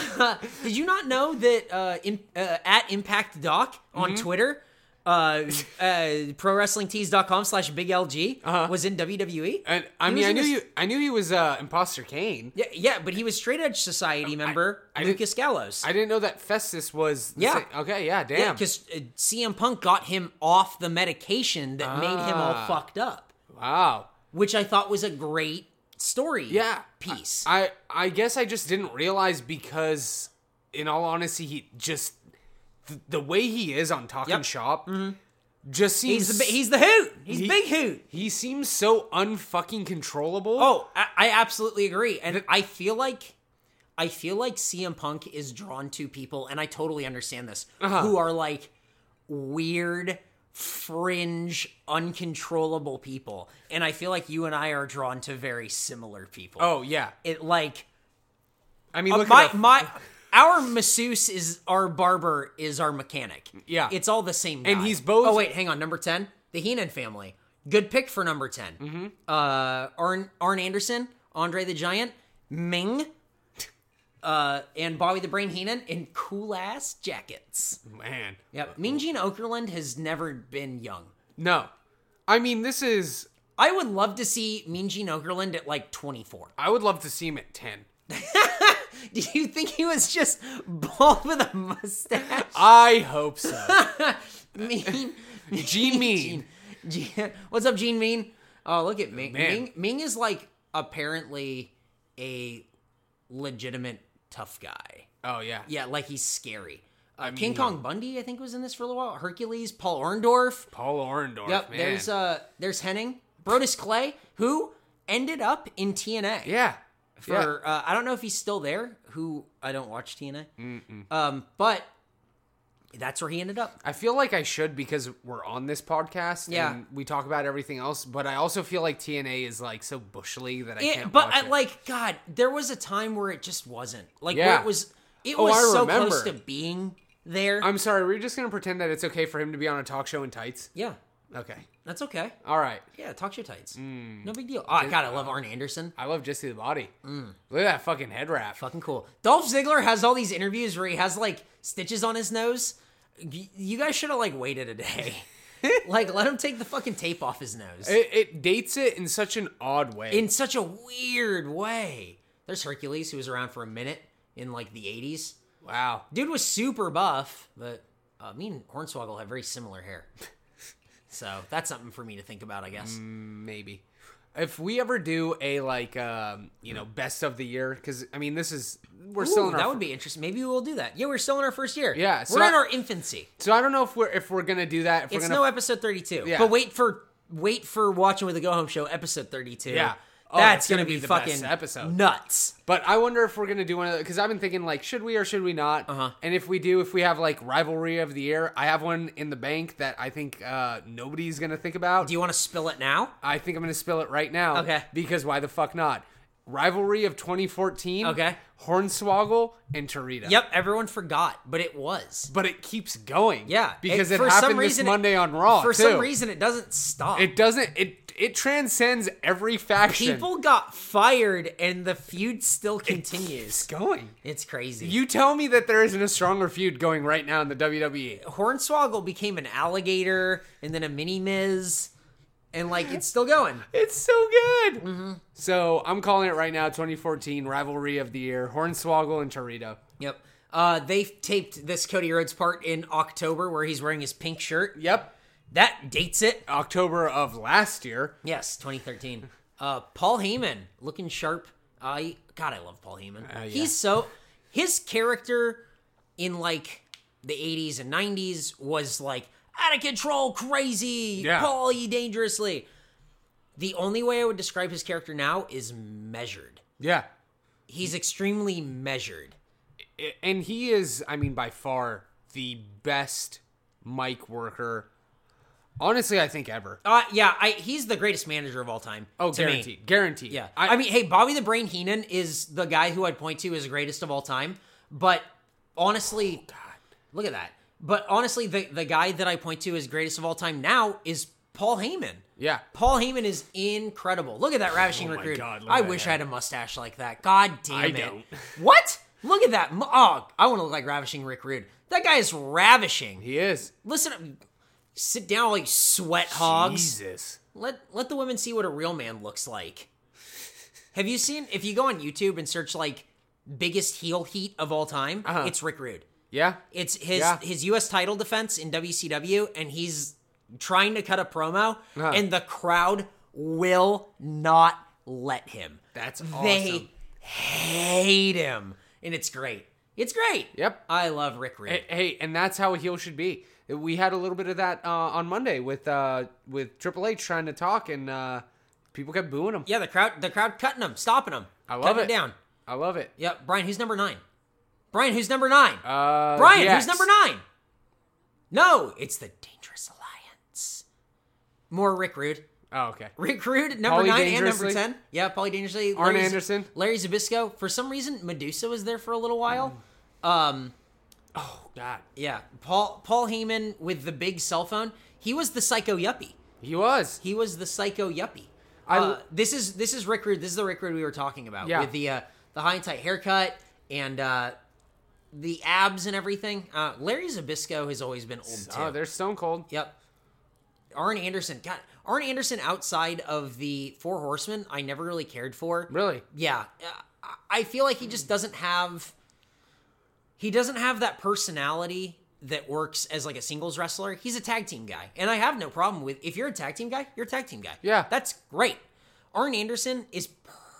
Speaker 2: [laughs] Did you not know that uh, in, uh, at Impact Doc on
Speaker 1: Mm-hmm.
Speaker 2: Twitter, uh, uh, prowrestlingtees.com slash Big LG was in E? WWE?
Speaker 1: Uh-huh. And I
Speaker 2: He
Speaker 1: mean,
Speaker 2: was
Speaker 1: I
Speaker 2: in
Speaker 1: knew
Speaker 2: this-
Speaker 1: you. I knew he was uh, imposter Kane.
Speaker 2: Yeah, yeah, but he was Straight Edge Society member
Speaker 1: I didn't-
Speaker 2: Lucas Gallows.
Speaker 1: I didn't know that Festus was. the
Speaker 2: Yeah.
Speaker 1: same- Okay. Yeah. Damn.
Speaker 2: because uh, CM Punk got him off the medication that made him all
Speaker 1: Ah.
Speaker 2: fucked up,
Speaker 1: wow.
Speaker 2: which I thought was a great story.
Speaker 1: Yeah.
Speaker 2: piece.
Speaker 1: I I guess I just didn't realize because, in all honesty, he just th- the way he is on Talking
Speaker 2: Yep. Mm-hmm.
Speaker 1: Shop just seems
Speaker 2: he's the he's the hoot. He's
Speaker 1: he-
Speaker 2: big hoot.
Speaker 1: He seems so unfucking controllable.
Speaker 2: Oh, I, I absolutely agree, and I feel like I feel like CM Punk is drawn to people, and I totally understand this, who are like weird, fringe, uncontrollable people, and I feel like you and I are drawn to very similar people.
Speaker 1: Oh yeah.
Speaker 2: it like
Speaker 1: I mean,
Speaker 2: Uh,
Speaker 1: look
Speaker 2: my
Speaker 1: at the-
Speaker 2: my our masseuse is our barber is our mechanic.
Speaker 1: Yeah.
Speaker 2: it's all the same. Guy.
Speaker 1: And he's both-
Speaker 2: Oh wait, hang on. Number ten, the Heenan family. Good pick for number 10 Mm-hmm. Uh, Arn Arn Anderson, Andre the Giant, Ming, [laughs] uh, and Bobby the Brain Heenan in cool ass jackets.
Speaker 1: man. [laughs]
Speaker 2: Yep. Mean Gene Okerlund has never been young.
Speaker 1: No, I mean this is.
Speaker 2: I would love to see Mean Gene Okerlund at like 24.
Speaker 1: I would love to see him at ten.
Speaker 2: [laughs] Do you think he was just bald with a mustache? [laughs]
Speaker 1: I hope so.
Speaker 2: mean
Speaker 1: Gene Mean.
Speaker 2: Gene- Gene- [laughs] what's up, Gene Mean? Oh, look at Ming.
Speaker 1: Man.
Speaker 2: Ming. Ming is like apparently a legitimate tough guy.
Speaker 1: Oh yeah.
Speaker 2: Yeah, like he's scary. Uh,
Speaker 1: mean,
Speaker 2: King
Speaker 1: yeah.
Speaker 2: Kong Bundy, I think, was in this for a little while. Hercules, Paul Orndorff.
Speaker 1: Paul Orndorff.
Speaker 2: Yep,
Speaker 1: man.
Speaker 2: there's uh, there's Henning, Brodus Clay, who ended up in TNA.
Speaker 1: yeah.
Speaker 2: For
Speaker 1: yeah.
Speaker 2: uh, I don't know if he's still there. Who I don't watch TNA. Um, but that's where he ended up.
Speaker 1: I feel like I should because we're on this podcast
Speaker 2: Yeah.
Speaker 1: and we talk about everything else, but I also feel like TNA is like so bushly that I
Speaker 2: It-
Speaker 1: can't
Speaker 2: but
Speaker 1: watch
Speaker 2: I,
Speaker 1: it.
Speaker 2: like God, there was a time where it just wasn't like where
Speaker 1: Yeah.
Speaker 2: it was. It
Speaker 1: Oh,
Speaker 2: was
Speaker 1: I
Speaker 2: so
Speaker 1: remember.
Speaker 2: close to being there.
Speaker 1: I'm sorry, we're just gonna pretend that it's okay for him to be on a talk show in tights.
Speaker 2: yeah,
Speaker 1: Okay.
Speaker 2: that's okay.
Speaker 1: All right.
Speaker 2: Yeah, talk your tights.
Speaker 1: Hmm.
Speaker 2: No big deal. Oh God, I love Arn Anderson.
Speaker 1: I love Jesse the Body.
Speaker 2: Mm.
Speaker 1: Look at that fucking head wrap.
Speaker 2: Fucking cool. Dolph Ziggler has all these interviews where he has like stitches on his nose. Y- You guys should have like waited a day.
Speaker 1: [laughs]
Speaker 2: like, let him take the fucking tape off his nose
Speaker 1: It, it dates it in such an odd way.
Speaker 2: in such a weird way. There's Hercules who was around for a minute in like the '80s.
Speaker 1: wow.
Speaker 2: Dude was super buff, but uh, me and Hornswoggle have very similar hair. [laughs] so that's something for me to think about, I guess.
Speaker 1: Mm, Maybe. If we ever do a like um, you know, best of the year, because I mean this is we're still
Speaker 2: Ooh,
Speaker 1: in our
Speaker 2: that would be interesting. Maybe we'll do that. Yeah, we're still in our first year.
Speaker 1: Yeah, so
Speaker 2: we're in
Speaker 1: I-
Speaker 2: our infancy.
Speaker 1: so I don't know if we're if we're gonna do that. If we're
Speaker 2: It's
Speaker 1: gonna
Speaker 2: no episode thirty-two.
Speaker 1: Yeah.
Speaker 2: But wait for wait for watching with the Go Home Show episode thirty-two.
Speaker 1: Yeah. Oh,
Speaker 2: that's
Speaker 1: it's
Speaker 2: gonna,
Speaker 1: gonna
Speaker 2: be,
Speaker 1: be the best
Speaker 2: fucking
Speaker 1: episode.
Speaker 2: nuts.
Speaker 1: But I wonder if we're gonna do one of because I've been thinking like, should we or should we not?
Speaker 2: Uh-huh.
Speaker 1: And if we do, if we have like rivalry of the year, I have one in the bank that I think uh, nobody's gonna think about.
Speaker 2: Do you want to spill it now?
Speaker 1: I think I'm gonna spill it right now.
Speaker 2: Okay.
Speaker 1: Because why the fuck not? Rivalry of 2014.
Speaker 2: Okay.
Speaker 1: Hornswoggle and Torita.
Speaker 2: Yep, everyone forgot, but it was.
Speaker 1: But it keeps going.
Speaker 2: Yeah,
Speaker 1: Because
Speaker 2: it-
Speaker 1: it,
Speaker 2: for some
Speaker 1: happened
Speaker 2: reason it-
Speaker 1: this Monday on Raw.
Speaker 2: for some
Speaker 1: Oh, too.
Speaker 2: reason, it doesn't stop.
Speaker 1: it doesn't. It it transcends every faction.
Speaker 2: People got fired, and the feud still
Speaker 1: It's
Speaker 2: continues.
Speaker 1: going.
Speaker 2: It's crazy.
Speaker 1: You tell me that there isn't a stronger feud going right now in the E. WWE.
Speaker 2: Hornswoggle became an alligator and then a mini Miz, and like it's still going.
Speaker 1: It's so good.
Speaker 2: Mm-hmm.
Speaker 1: So I'm calling it right now 2014 Rivalry of the Year Hornswoggle and Torito.
Speaker 2: Yep. Uh, they taped this Cody Rhodes part in October where he's wearing his pink shirt.
Speaker 1: Yep.
Speaker 2: That dates it.
Speaker 1: October of last year.
Speaker 2: Yes, 2013. Uh, Paul Heyman looking sharp. I God, I love Paul Heyman.
Speaker 1: yeah.
Speaker 2: He's so his character in like the 80s and 90s was like out of control, crazy,
Speaker 1: Yeah.
Speaker 2: Paul E dangerously. The only way I would describe his character now is measured.
Speaker 1: Yeah.
Speaker 2: He's extremely measured.
Speaker 1: I- And he is, I mean, by far the best mic worker, honestly, I think ever.
Speaker 2: Uh, yeah, I, he's the greatest manager of all time.
Speaker 1: Oh,
Speaker 2: to me.
Speaker 1: guaranteed. Guaranteed.
Speaker 2: Yeah.
Speaker 1: I,
Speaker 2: I, mean, hey, Bobby the Brain Heenan is the guy who I'd point to as greatest of all time. But
Speaker 1: Oh,
Speaker 2: honestly, look at that. But honestly, the, the guy that I point to as greatest of all time now is Paul Heyman.
Speaker 1: Yeah.
Speaker 2: Paul Heyman is incredible. Look at that ravishing
Speaker 1: Oh, my
Speaker 2: recruit.
Speaker 1: God, look
Speaker 2: I
Speaker 1: at that
Speaker 2: wish
Speaker 1: guy.
Speaker 2: I had a mustache like that. God damn
Speaker 1: I
Speaker 2: it.
Speaker 1: don't.
Speaker 2: What? Look at that. Mu- Oh, I want to look like ravishing Rick Rude. That guy is ravishing.
Speaker 1: He is.
Speaker 2: Listen up. Sit down, all you sweat hogs.
Speaker 1: Jesus.
Speaker 2: Let let the women see what a real man looks like. Have you seen? If you go on YouTube and search like biggest heel heat of all time,
Speaker 1: Uh-huh.
Speaker 2: it's Rick Rude.
Speaker 1: Yeah.
Speaker 2: It's his
Speaker 1: Yeah.
Speaker 2: his U.S. title defense in WCW, and he's trying to cut a promo,
Speaker 1: Uh-huh.
Speaker 2: and the crowd will not let him.
Speaker 1: That's awesome.
Speaker 2: They hate him, and it's great. It's great.
Speaker 1: Yep.
Speaker 2: I love Rick Rude.
Speaker 1: Hey, Eh, hey, and that's how a heel should be. We had a little bit of that uh, on Monday with uh, with Triple H trying to talk, and uh, people kept booing him.
Speaker 2: yeah, the crowd the crowd cutting him, stopping him.
Speaker 1: I love
Speaker 2: cutting
Speaker 1: it.
Speaker 2: down.
Speaker 1: I love it.
Speaker 2: Yep, Brian, who's number nine? Brian, who's number nine?
Speaker 1: Uh,
Speaker 2: Brian,
Speaker 1: DX.
Speaker 2: who's number nine? No, it's the Dangerous Alliance. More Rick Rude.
Speaker 1: Oh, okay.
Speaker 2: Rick Rude, number
Speaker 1: Paulie
Speaker 2: nine and number
Speaker 1: Dangerously.
Speaker 2: ten. Yeah, Paulie Dangerously.
Speaker 1: Arn
Speaker 2: Larry Z-
Speaker 1: Anderson.
Speaker 2: Larry Zabisco. For some reason, Medusa was there for a little
Speaker 1: Mm.
Speaker 2: while. Um,
Speaker 1: Oh God,
Speaker 2: yeah, Paul Paul Heyman with the big cell phone. He was the psycho yuppie.
Speaker 1: he was.
Speaker 2: He was the psycho yuppie.
Speaker 1: I-
Speaker 2: uh, this is this is Rick Rude. This is the Rick Rude we were talking about
Speaker 1: Yeah.
Speaker 2: with the uh, the high and tight haircut and uh, the abs and everything. Uh, Larry Zabisco has always been old too.
Speaker 1: Oh, there's Stone Cold.
Speaker 2: Yep. Arn Anderson. God, Arn Anderson outside of the Four Horsemen, I never really cared for.
Speaker 1: Really?
Speaker 2: Yeah. I- I feel like he just doesn't have. He doesn't have that personality that works as like a singles wrestler. He's a tag team guy, and I have no problem with if you're a tag team guy, you're a tag team guy.
Speaker 1: Yeah.
Speaker 2: that's great. Arn Anderson is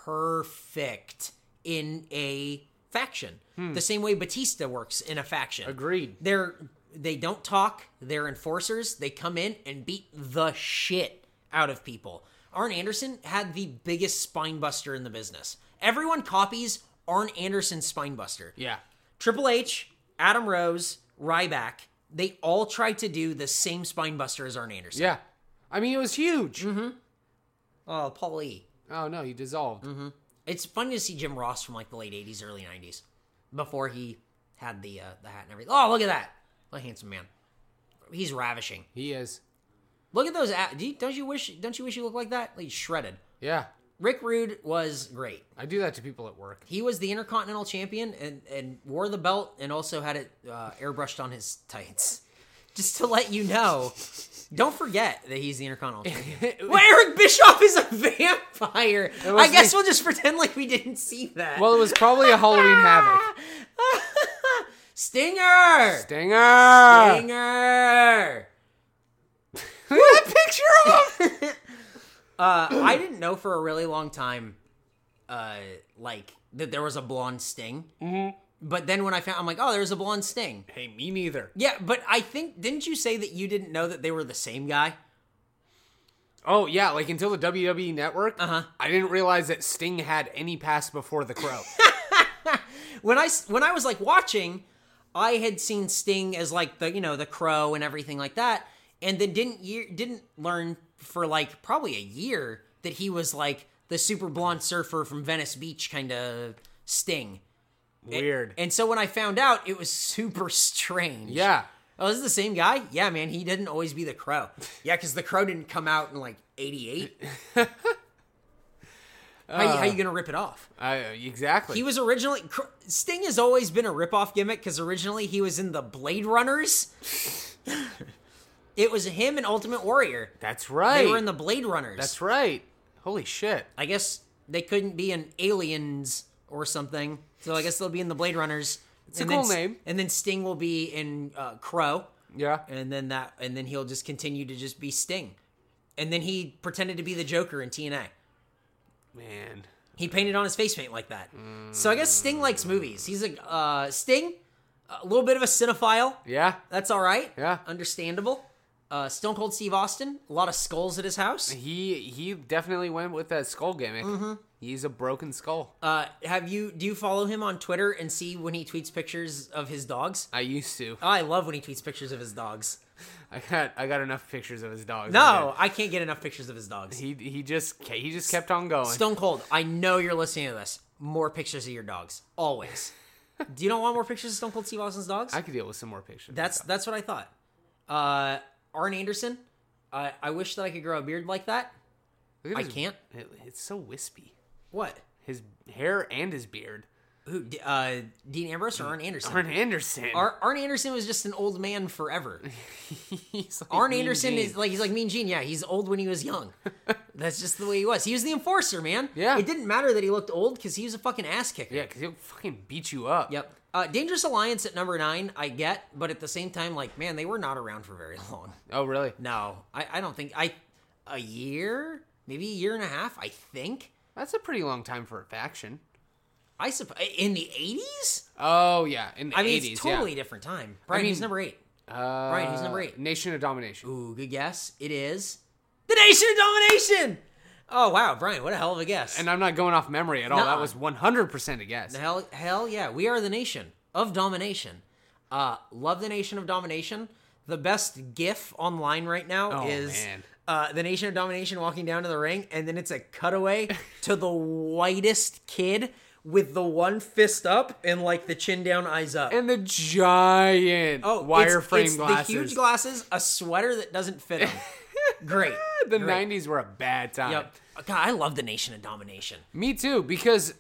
Speaker 2: perfect in a faction, the same way Batista works in a faction.
Speaker 1: Hmm. Agreed.
Speaker 2: They're they don't talk. They're enforcers. They come in and beat the shit out of people. Arn Anderson had the biggest spine buster in the business. Everyone copies Arn Anderson's spine buster.
Speaker 1: Yeah.
Speaker 2: Triple H, Adam Rose, Ryback, they all tried to do the same spine buster as Arn Anderson.
Speaker 1: Yeah. I mean, it was huge.
Speaker 2: Mm-hmm. Oh, Paul E.
Speaker 1: Oh no, he dissolved.
Speaker 2: Mm-hmm. It's funny to see Jim Ross from like the late '80s, early '90s, before he had the uh, the hat and everything. Oh, look at that! What a handsome man. He's ravishing.
Speaker 1: He is.
Speaker 2: Look at those. a- Do you, don't you wish? Don't you wish you looked like that? Like shredded.
Speaker 1: Yeah.
Speaker 2: Rick Rude was great.
Speaker 1: I do that to people at work.
Speaker 2: He was the Intercontinental Champion and and wore the belt and also had it uh, airbrushed on his tights. [laughs] Just to let you know, don't forget that he's the Intercontinental
Speaker 1: [laughs]
Speaker 2: Champion. well, Eric Bischoff is a vampire. I
Speaker 1: was
Speaker 2: guess
Speaker 1: the-
Speaker 2: we'll just pretend like we didn't see that.
Speaker 1: Well, it was probably a Halloween havoc.
Speaker 2: [laughs] Stinger!
Speaker 1: Stinger.
Speaker 2: Stinger!
Speaker 1: that picture of him.
Speaker 2: I didn't know for a really long time, uh, like that there was a blonde sting. Mm-hmm. But then when I found, I'm like, oh, there's a blonde sting.
Speaker 1: Hey, me neither.
Speaker 2: Yeah, but I think didn't you say that you didn't know that they were the same guy?
Speaker 1: Oh yeah, like until the WWE Network,
Speaker 2: Uh-huh.
Speaker 1: I didn't realize that Sting had any past before the Crow.
Speaker 2: When I s- when I was like watching, I had seen Sting as like the you know the crow and everything like that, and then didn't year didn't learn for like probably a year that he was like the super blonde surfer from Venice Beach kind of Sting.
Speaker 1: Weird.
Speaker 2: [laughs] And so when I found out, it was [laughs] super strange.
Speaker 1: yeah,
Speaker 2: Oh, this is the same guy? Yeah, man, he didn't always be the crow. Yeah, because the crow didn't come out in like
Speaker 1: [laughs]
Speaker 2: '88. how, you- how you gonna rip it off?
Speaker 1: uh, exactly.
Speaker 2: He was originally Cr- Sting has always been a ripoff gimmick because originally he was in the Blade Runners. it was him and Ultimate Warrior.
Speaker 1: That's right.
Speaker 2: They were in the Blade Runners.
Speaker 1: That's right. Holy shit.
Speaker 2: I guess they couldn't be in Aliens or something, so I guess they'll be in the Blade Runners. It's
Speaker 1: a cool name.
Speaker 2: And then Sting will be in uh, Crow.
Speaker 1: Yeah.
Speaker 2: and then that and then he'll just continue to just be Sting. And then he pretended to be the Joker in TNA.
Speaker 1: Man.
Speaker 2: He painted on his face paint like that. So I guess Sting likes movies. He's a uh, Sting, a little bit of a cinephile.
Speaker 1: Yeah.
Speaker 2: That's all right.
Speaker 1: Yeah.
Speaker 2: understandable. Uh, Stone Cold Steve Austin, a lot of skulls at his house.
Speaker 1: He he definitely went with that skull gimmick. He's a broken skull.
Speaker 2: Mm-hmm. Uh, have you? Do you follow him on Twitter and see when he tweets pictures of his dogs?
Speaker 1: I used to.
Speaker 2: I love when he tweets pictures of his dogs.
Speaker 1: I got I got enough pictures of his dogs.
Speaker 2: No, I can't get enough pictures of his dogs.
Speaker 1: He he just ke- he just kept on going.
Speaker 2: Stone Cold, I know you're listening to this. More pictures of your dogs,
Speaker 1: [laughs]
Speaker 2: always. Do you not want more pictures of Stone Cold Steve Austin's dogs?
Speaker 1: I could deal with some more pictures.
Speaker 2: that's that's what I thought. Uh, Arn Anderson, I I wish that I could grow a beard like that.
Speaker 1: Look at
Speaker 2: I
Speaker 1: his-
Speaker 2: can't.
Speaker 1: it- it's so wispy.
Speaker 2: What?
Speaker 1: His hair and his beard.
Speaker 2: Who? D- Uh, Dean Ambrose or Arn Anderson?
Speaker 1: Arn Anderson.
Speaker 2: Ar- Arn Anderson was just an old
Speaker 1: [laughs]
Speaker 2: man forever.
Speaker 1: He's like
Speaker 2: Arn
Speaker 1: Mean
Speaker 2: Anderson
Speaker 1: Gene.
Speaker 2: is like he's like Mean Gene. Yeah, he's old when he
Speaker 1: [laughs]
Speaker 2: was young. That's just the way he was. He was the enforcer, man.
Speaker 1: Yeah.
Speaker 2: It didn't matter that he looked old because he was a fucking ass kicker.
Speaker 1: Yeah, because he'll fucking beat you up.
Speaker 2: Yep. Uh, Dangerous Alliance at number nine, I get, but at the same time, like, man, they were not around for very [laughs] long.
Speaker 1: Oh, really?
Speaker 2: No, I, I don't think I a year, maybe a year and a half. I think
Speaker 1: That's a pretty long time for a faction.
Speaker 2: I suppose in the eighties.
Speaker 1: Oh, yeah. In the
Speaker 2: I mean,
Speaker 1: 80s,
Speaker 2: it's
Speaker 1: yeah.
Speaker 2: totally different time. Brian, who's
Speaker 1: mean-
Speaker 2: number eight?
Speaker 1: Uh,
Speaker 2: Brian, who's number eight?
Speaker 1: Nation of Domination.
Speaker 2: Ooh, good guess. It is the Nation of Domination. Oh wow, Brian, what a hell of a guess.
Speaker 1: And I'm not going off memory at all. That
Speaker 2: Nah.
Speaker 1: was 100% a guess.
Speaker 2: Hell, hell yeah, we are the nation of domination. Uh, love the nation of domination. The best GIF online right now
Speaker 1: Oh,
Speaker 2: is
Speaker 1: man.
Speaker 2: uh, the nation of domination walking down to the ring, and then it's
Speaker 1: [laughs]
Speaker 2: a cutaway to the whitest kid with the one fist up and like the chin down, eyes up.
Speaker 1: And the giant
Speaker 2: oh, it's- it's
Speaker 1: wireframe glasses.
Speaker 2: the huge glasses, a sweater that doesn't fit
Speaker 1: [laughs]
Speaker 2: him. Great.
Speaker 1: the
Speaker 2: Great.
Speaker 1: 90s were a bad time.
Speaker 2: Yep. God, I love the nation of domination.
Speaker 1: Me too, because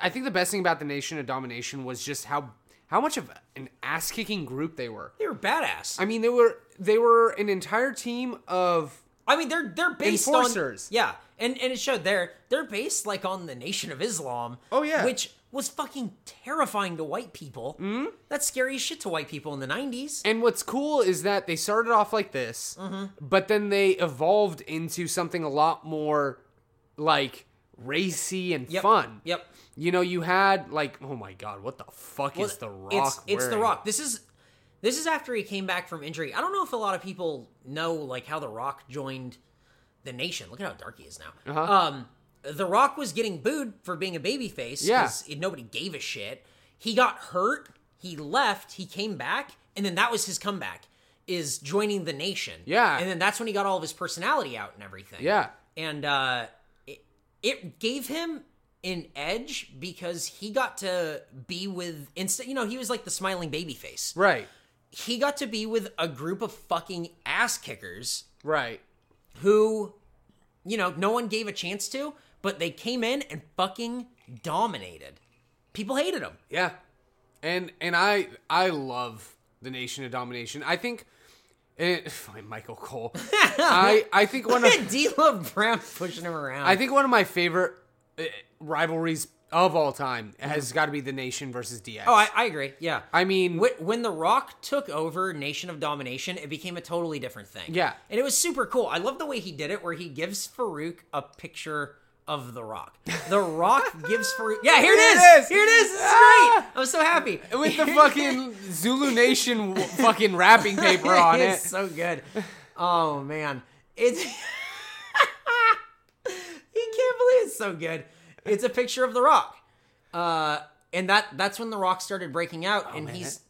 Speaker 1: I think the best thing about the Nation of Domination was just how how much of an ass kicking group they were.
Speaker 2: They were badass.
Speaker 1: I mean, they were they were an entire team of
Speaker 2: I mean, they're they're based
Speaker 1: Enforcers.
Speaker 2: on yeah, and and it showed there they're based like on the Nation of Islam.
Speaker 1: Oh, yeah.
Speaker 2: which was fucking terrifying to white people. Mm-hmm. That's scary as shit to white people in the nineties.
Speaker 1: And what's cool is that they started off like this,
Speaker 2: Mm-hmm.
Speaker 1: but then they evolved into something a lot more like racy and fun.
Speaker 2: Yep.
Speaker 1: You know, you had like, oh my god, what the fuck is the Rock?
Speaker 2: It's, it's the
Speaker 1: wearing?
Speaker 2: Rock. This is this is after he came back from injury. I don't know if a lot of people know like how the Rock joined the Nation. Look at how dark he is now.
Speaker 1: Uh-huh.
Speaker 2: Um, the Rock was getting booed for being a babyface.
Speaker 1: Yeah.
Speaker 2: 'cause nobody gave a shit. He got hurt. He left. He came back, and then that was his comeback. Is joining the Nation.
Speaker 1: Yeah.
Speaker 2: and then that's when he got all of his personality out and everything
Speaker 1: Yeah.
Speaker 2: and uh, it, it gave him an edge because he got to be with instead you know he was like the smiling baby face
Speaker 1: Right.
Speaker 2: he got to be with a group of fucking ass kickers
Speaker 1: Right.
Speaker 2: who you know no one gave a chance to but they came in and fucking dominated people hated him
Speaker 1: Yeah. And and I I love the Nation of Domination. I think [laughs] it, Michael
Speaker 2: [laughs]
Speaker 1: Cole. I I think one of
Speaker 2: d-lo brown pushing him around
Speaker 1: I think one of my favorite uh, rivalries of all time has got to be the Nation versus DX.
Speaker 2: oh I, I agree yeah
Speaker 1: I mean,
Speaker 2: Wh- when The Rock took over Nation of Domination, it became a totally different thing.
Speaker 1: Yeah.
Speaker 2: And it was super cool. I love the way he did it, where he gives Farouk a picture of The Rock. The Rock [laughs] gives Farouk. Yeah, here it
Speaker 1: Here it
Speaker 2: is.
Speaker 1: is.
Speaker 2: Here it is. This is
Speaker 1: Ah!
Speaker 2: great. I'm so happy.
Speaker 1: with the [laughs] fucking Zulu Nation w- fucking wrapping [laughs] paper on
Speaker 2: [laughs] It is
Speaker 1: it.
Speaker 2: so good. Oh, man. It's. [laughs] he can't believe it's so good. It's a picture of The Rock. Uh, and that that's when The Rock started breaking out, and
Speaker 1: Oh, man,
Speaker 2: he's
Speaker 1: that-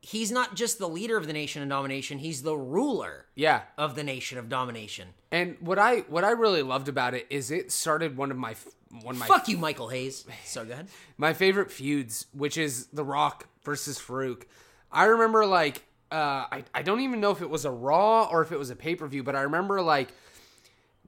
Speaker 2: he's not just the leader of the nation of domination; he's the ruler
Speaker 1: Yeah.
Speaker 2: of the nation of domination.
Speaker 1: And what I what I really loved about it is it started one of my f- one of my
Speaker 2: Fuck you, Michael Hayes. So good.
Speaker 1: my favorite feuds, which is The Rock versus Farouk. I remember like uh, I I don't even know if it was a Raw or if it was a pay per view, but I remember like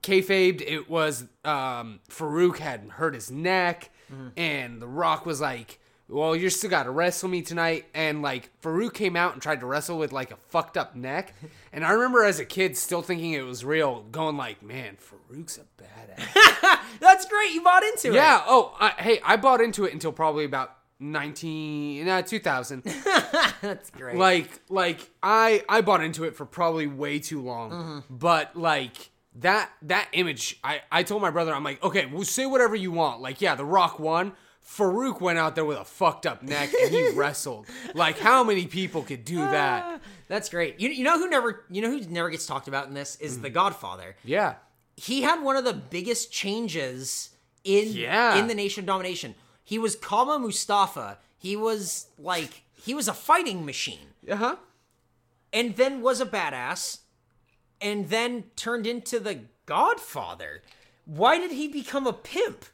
Speaker 1: kayfabed it was um, Farouk had hurt his neck, and The Rock was like. Well, you're still got to wrestle me tonight, and like Farouk came out and tried to wrestle with like a fucked up neck, and I remember as a kid still thinking it was real, going like, "Man, Farouk's a badass."
Speaker 2: That's great. You bought into it.
Speaker 1: Yeah. Oh, I, hey, I bought into it until probably about nineteen, nah, two thousand.
Speaker 2: [laughs] that's great.
Speaker 1: like, like I, I bought into it for probably way too long.
Speaker 2: Mm-hmm.
Speaker 1: But like that, that image, I, I told my brother, I'm like, okay, well, say whatever you want. Like, yeah, The Rock won. Farouk went out there with a fucked up neck and
Speaker 2: [laughs]
Speaker 1: he wrestled. Like, how many people could do that?
Speaker 2: That's great. You, you know who never you know who never gets talked about in this is
Speaker 1: Mm.
Speaker 2: the Godfather.
Speaker 1: Yeah.
Speaker 2: he had one of the biggest changes in
Speaker 1: Yeah.
Speaker 2: in the nation of domination. He was Kama Mustafa. He was like he was a fighting machine,
Speaker 1: Uh huh.
Speaker 2: and then was a badass, and then turned into the Godfather. Why did he become a pimp?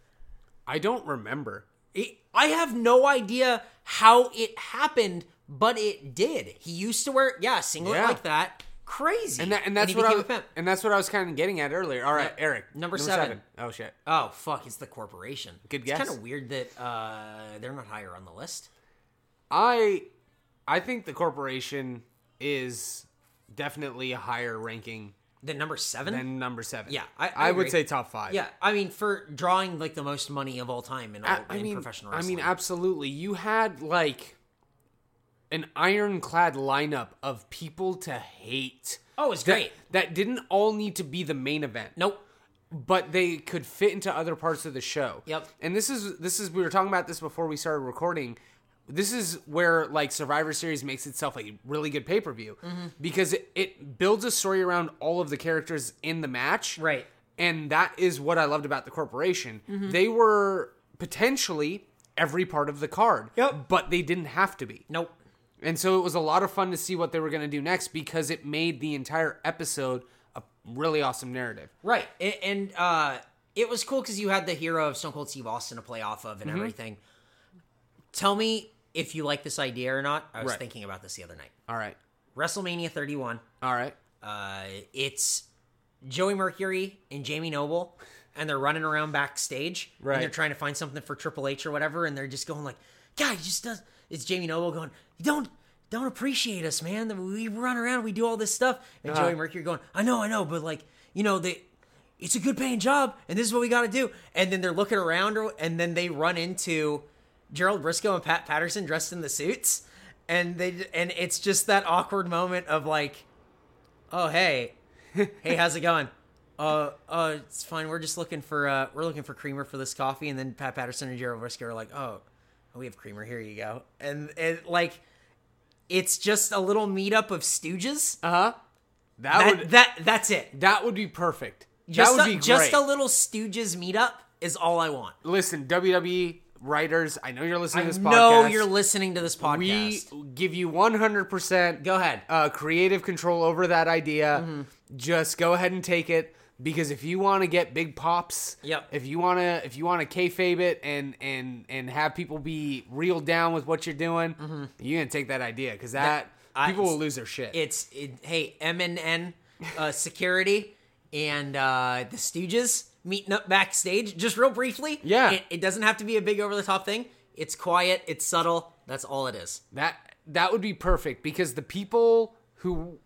Speaker 1: I don't remember.
Speaker 2: It- I have no idea how it happened, but it did. He used to wear yeah singlet
Speaker 1: Yeah.
Speaker 2: like that. crazy.
Speaker 1: And, that, and that's
Speaker 2: he
Speaker 1: what I
Speaker 2: became
Speaker 1: was,
Speaker 2: a pimp.
Speaker 1: and that's what I was kind of getting at earlier. All right,
Speaker 2: Yep.
Speaker 1: Eric,
Speaker 2: Number seven.
Speaker 1: Oh shit.
Speaker 2: Oh fuck! It's the corporation.
Speaker 1: Good
Speaker 2: It's
Speaker 1: guess.
Speaker 2: kind of weird that uh, they're not higher on the list.
Speaker 1: I I think the corporation is definitely a higher ranking
Speaker 2: The number seven.
Speaker 1: than number seven.
Speaker 2: Yeah, I- I
Speaker 1: would
Speaker 2: agree.
Speaker 1: say top five.
Speaker 2: yeah, I mean for drawing like the most money of all time in, all,
Speaker 1: I, I
Speaker 2: in
Speaker 1: mean,
Speaker 2: professional
Speaker 1: I
Speaker 2: wrestling.
Speaker 1: mean, absolutely. You had like an ironclad lineup of people to hate.
Speaker 2: oh, it's
Speaker 1: that-
Speaker 2: great.
Speaker 1: That didn't all need to be the main event.
Speaker 2: Nope.
Speaker 1: but they could fit into other parts of the show.
Speaker 2: Yep.
Speaker 1: And this is this is we were talking about this before we started recording. This is where like Survivor Series makes itself a really good pay per view
Speaker 2: Mm-hmm.
Speaker 1: because it, it builds a story around all of the characters in the match.
Speaker 2: Right. Mm-hmm.
Speaker 1: And that is what I loved about the corporation. They were potentially every part of the card.
Speaker 2: Yep.
Speaker 1: But they didn't have to be.
Speaker 2: Nope.
Speaker 1: And so it was a lot of fun to see what they were going to do next because it made the entire episode a really awesome narrative.
Speaker 2: Right. And, and uh, it was cool because you had the hero of Stone Cold Steve Austin to play off of and
Speaker 1: Mm-hmm.
Speaker 2: everything. Tell me if you like this idea or not. I was
Speaker 1: Right.
Speaker 2: thinking about this the other night.
Speaker 1: All right.
Speaker 2: WrestleMania 31.
Speaker 1: All right.
Speaker 2: Uh, it's Joey Mercury and Jamie Noble, and they're running around backstage.
Speaker 1: Right.
Speaker 2: And they're trying to find something for Triple H or whatever, and they're just going like, "God, he just does." It's Jamie Noble going, "You don't." Don't appreciate us, man. We run around, we do all this stuff, and Joey Mercury going, "I know, I know, but like, you know, they, it's a good paying job, and this is what we got to do." And then they're looking around, or- and then they run into Gerald Briscoe and Pat Patterson dressed in the suits, and they, and it's just that awkward moment of like, oh hey hey how's it going uh uh it's fine we're just looking for uh we're looking for creamer for this coffee and then pat patterson and gerald Briscoe are like oh we have creamer here you go and it like it's just a little meetup of stooges
Speaker 1: Uh huh. That,
Speaker 2: that,
Speaker 1: would
Speaker 2: that that's it
Speaker 1: that would be perfect.
Speaker 2: just
Speaker 1: that would
Speaker 2: a,
Speaker 1: be great.
Speaker 2: just a little stooges meetup is all i want
Speaker 1: Listen, WWE writers, I know you're listening to this podcast.
Speaker 2: no you're listening to this podcast
Speaker 1: We give you 100 percent
Speaker 2: go ahead
Speaker 1: uh, creative control over that idea. Just go ahead and take it because if you want to get big pops,
Speaker 2: Yep.
Speaker 1: If you wanna if you wanna kayfabe it and and and have people be reeled down with what you're doing, you're gonna take that idea because Mm-hmm. that,
Speaker 2: I-
Speaker 1: people will lose their shit.
Speaker 2: It's it, hey M and N uh, security and uh, the Stooges meeting up backstage just real briefly.
Speaker 1: Yeah.
Speaker 2: it, it doesn't have to be a big over the top thing. It's quiet. It's subtle. That's all it is.
Speaker 1: That that would be perfect because the people who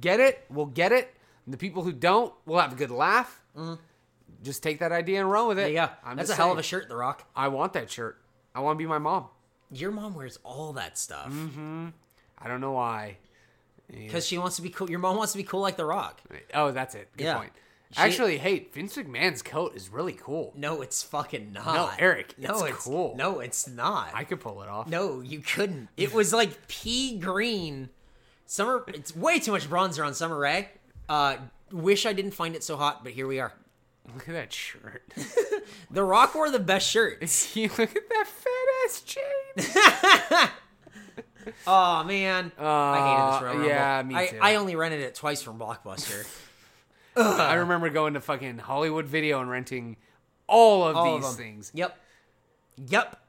Speaker 1: get it will get it, and the people who don't will have a good laugh. Mm-hmm. Just take that idea and run with it.
Speaker 2: Yeah,
Speaker 1: I'm
Speaker 2: that's a
Speaker 1: just
Speaker 2: hell of a
Speaker 1: saying.
Speaker 2: shirt, The Rock.
Speaker 1: I want that shirt. I want to be my mom.
Speaker 2: Your mom wears all that stuff
Speaker 1: Mm-hmm. I don't know why.
Speaker 2: because she wants to be cool. Your mom wants to be cool like The Rock.
Speaker 1: Oh, that's it. Good
Speaker 2: Yeah.
Speaker 1: point.
Speaker 2: She-
Speaker 1: Actually, hey, Vince McMahon's coat is really cool.
Speaker 2: No, it's fucking not.
Speaker 1: Eric,
Speaker 2: No,
Speaker 1: it's cool.
Speaker 2: No, it's not.
Speaker 1: I could pull it off.
Speaker 2: No, you couldn't. It was like pea green. Summer, it's way too much bronzer on Summer Rae. Uh, wish I didn't find it so hot, but here we are.
Speaker 1: Look at that shirt. [laughs]
Speaker 2: The Rock wore the best shirt.
Speaker 1: Look at that fat ass
Speaker 2: [laughs]
Speaker 1: chain.
Speaker 2: Oh man, I hated this
Speaker 1: Uh,
Speaker 2: Royal Rumble.
Speaker 1: yeah, me
Speaker 2: I-
Speaker 1: too.
Speaker 2: I, only rented it twice
Speaker 1: [laughs]
Speaker 2: from Blockbuster.
Speaker 1: I remember going to fucking Hollywood Video and renting all of
Speaker 2: All of
Speaker 1: these
Speaker 2: them.
Speaker 1: things.
Speaker 2: Yep, yep.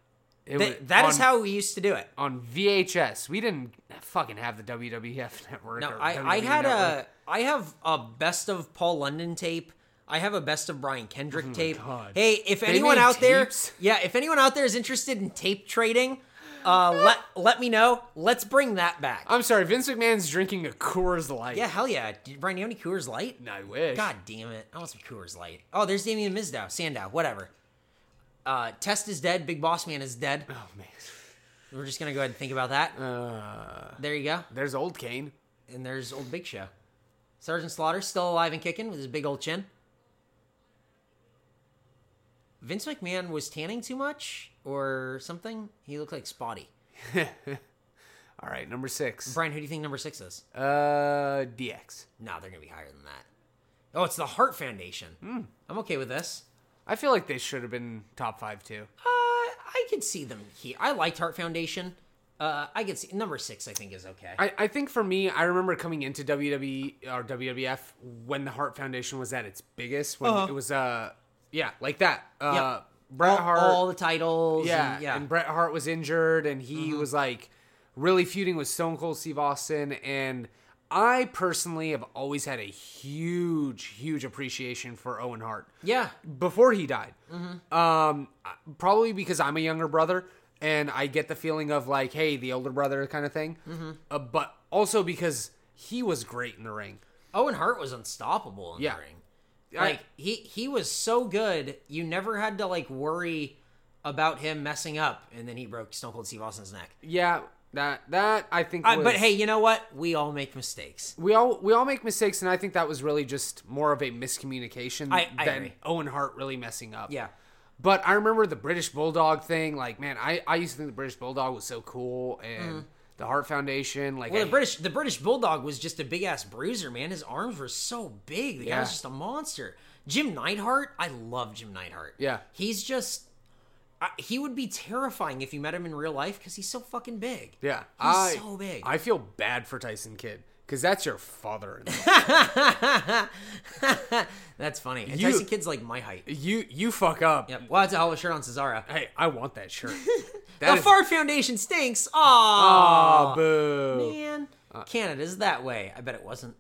Speaker 1: It
Speaker 2: Th- That is
Speaker 1: was on-
Speaker 2: how we used to do it.
Speaker 1: on VHS. We didn't fucking have the WWF [laughs] network.
Speaker 2: No,
Speaker 1: or
Speaker 2: I, I
Speaker 1: WWE
Speaker 2: had
Speaker 1: network.
Speaker 2: a, I have a best of Paul London tape. I have a best of Brian Kendrick tape.
Speaker 1: Oh God.
Speaker 2: Hey, if anyone
Speaker 1: made
Speaker 2: out there,
Speaker 1: tapes?
Speaker 2: yeah, if anyone out there is interested in tape trading, uh, let let me know. Let's bring that back.
Speaker 1: I'm sorry, Vince McMahon's drinking a Coors Light.
Speaker 2: yeah, hell yeah. Did Brian, you have any Coors Light?
Speaker 1: I wish.
Speaker 2: God damn it. I want some Coors Light. Oh, there's Damien Mizdow, Sandow, whatever. Uh, Test is dead. Big Boss Man is dead.
Speaker 1: Oh man,
Speaker 2: We're just gonna go ahead and think about that.
Speaker 1: Uh,
Speaker 2: there you go.
Speaker 1: there's old Kane.
Speaker 2: And there's old Big Show. Sergeant Slaughter still alive and kicking with his big old chin. Vince McMahon was tanning too much or something. He looked like Spotty.
Speaker 1: All right, number six.
Speaker 2: Brian, who do you think number six is?
Speaker 1: Uh, DX.
Speaker 2: No, they're gonna be higher than that. Oh, it's the Hart Foundation.
Speaker 1: Hmm.
Speaker 2: I'm okay with this.
Speaker 1: I feel like they should have been top five too.
Speaker 2: Uh, I could see them here. I liked Hart Foundation. Uh, I could see number six. I think is okay.
Speaker 1: I, I think for me, I remember coming into WWE or WWF when the Hart Foundation was at its biggest. When it was uh, yeah, like that. Uh,
Speaker 2: Yep.
Speaker 1: Bret
Speaker 2: Uh-huh. all,
Speaker 1: Hart.
Speaker 2: all the titles.
Speaker 1: Yeah,
Speaker 2: and, yeah. Mm-hmm.
Speaker 1: And Bret Hart was injured, and he was like really feuding with Stone Cold Steve Austin, and I personally have always had a huge, huge appreciation for Owen Hart
Speaker 2: Yeah.
Speaker 1: before he died.
Speaker 2: Mm-hmm.
Speaker 1: Um, I- probably because I'm a younger brother and I get the feeling of like, hey, the older brother kind of thing.
Speaker 2: Mm-hmm.
Speaker 1: Uh, but also because he was great in the ring.
Speaker 2: Owen Hart was unstoppable in
Speaker 1: Yeah.
Speaker 2: the ring.
Speaker 1: I-
Speaker 2: Like he he was so good, you never had to like worry about him messing up, and then he broke Stone Cold Steve Austin's neck.
Speaker 1: yeah, that that I think.
Speaker 2: Uh,
Speaker 1: was-
Speaker 2: but hey, you know what? We all make mistakes.
Speaker 1: we all we all make mistakes, and I think that was really just more of a miscommunication
Speaker 2: I- I
Speaker 1: than
Speaker 2: agree.
Speaker 1: Owen Hart really messing up.
Speaker 2: Yeah.
Speaker 1: But I remember the British Bulldog thing. Like, man, I, I used to think the British Bulldog was so cool, and the Hart Foundation. Like,
Speaker 2: Mm-hmm. Well,
Speaker 1: I-
Speaker 2: the British the British Bulldog was just a big ass bruiser, man. His arms were so big. The guy was
Speaker 1: Yeah.
Speaker 2: just a monster. Jim Neidhart, I love Jim Neidhart.
Speaker 1: Yeah.
Speaker 2: he's just I, he would be terrifying if you met him in real life because he's so fucking big.
Speaker 1: yeah, he's
Speaker 2: he's so big.
Speaker 1: I feel bad for Tyson Kidd because that's your father.
Speaker 2: [laughs] That's funny. And
Speaker 1: You-
Speaker 2: Tyson Kidd's like my height.
Speaker 1: [laughs] you you fuck up.
Speaker 2: Yep. Well, that's a hollow shirt on Cesaro.
Speaker 1: Hey, I want that
Speaker 2: [laughs]
Speaker 1: shirt.
Speaker 2: the
Speaker 1: That is-
Speaker 2: Fart Foundation stinks. Aww.
Speaker 1: Aw, boo.
Speaker 2: man.
Speaker 1: Uh,
Speaker 2: Canada's that way. I bet it wasn't.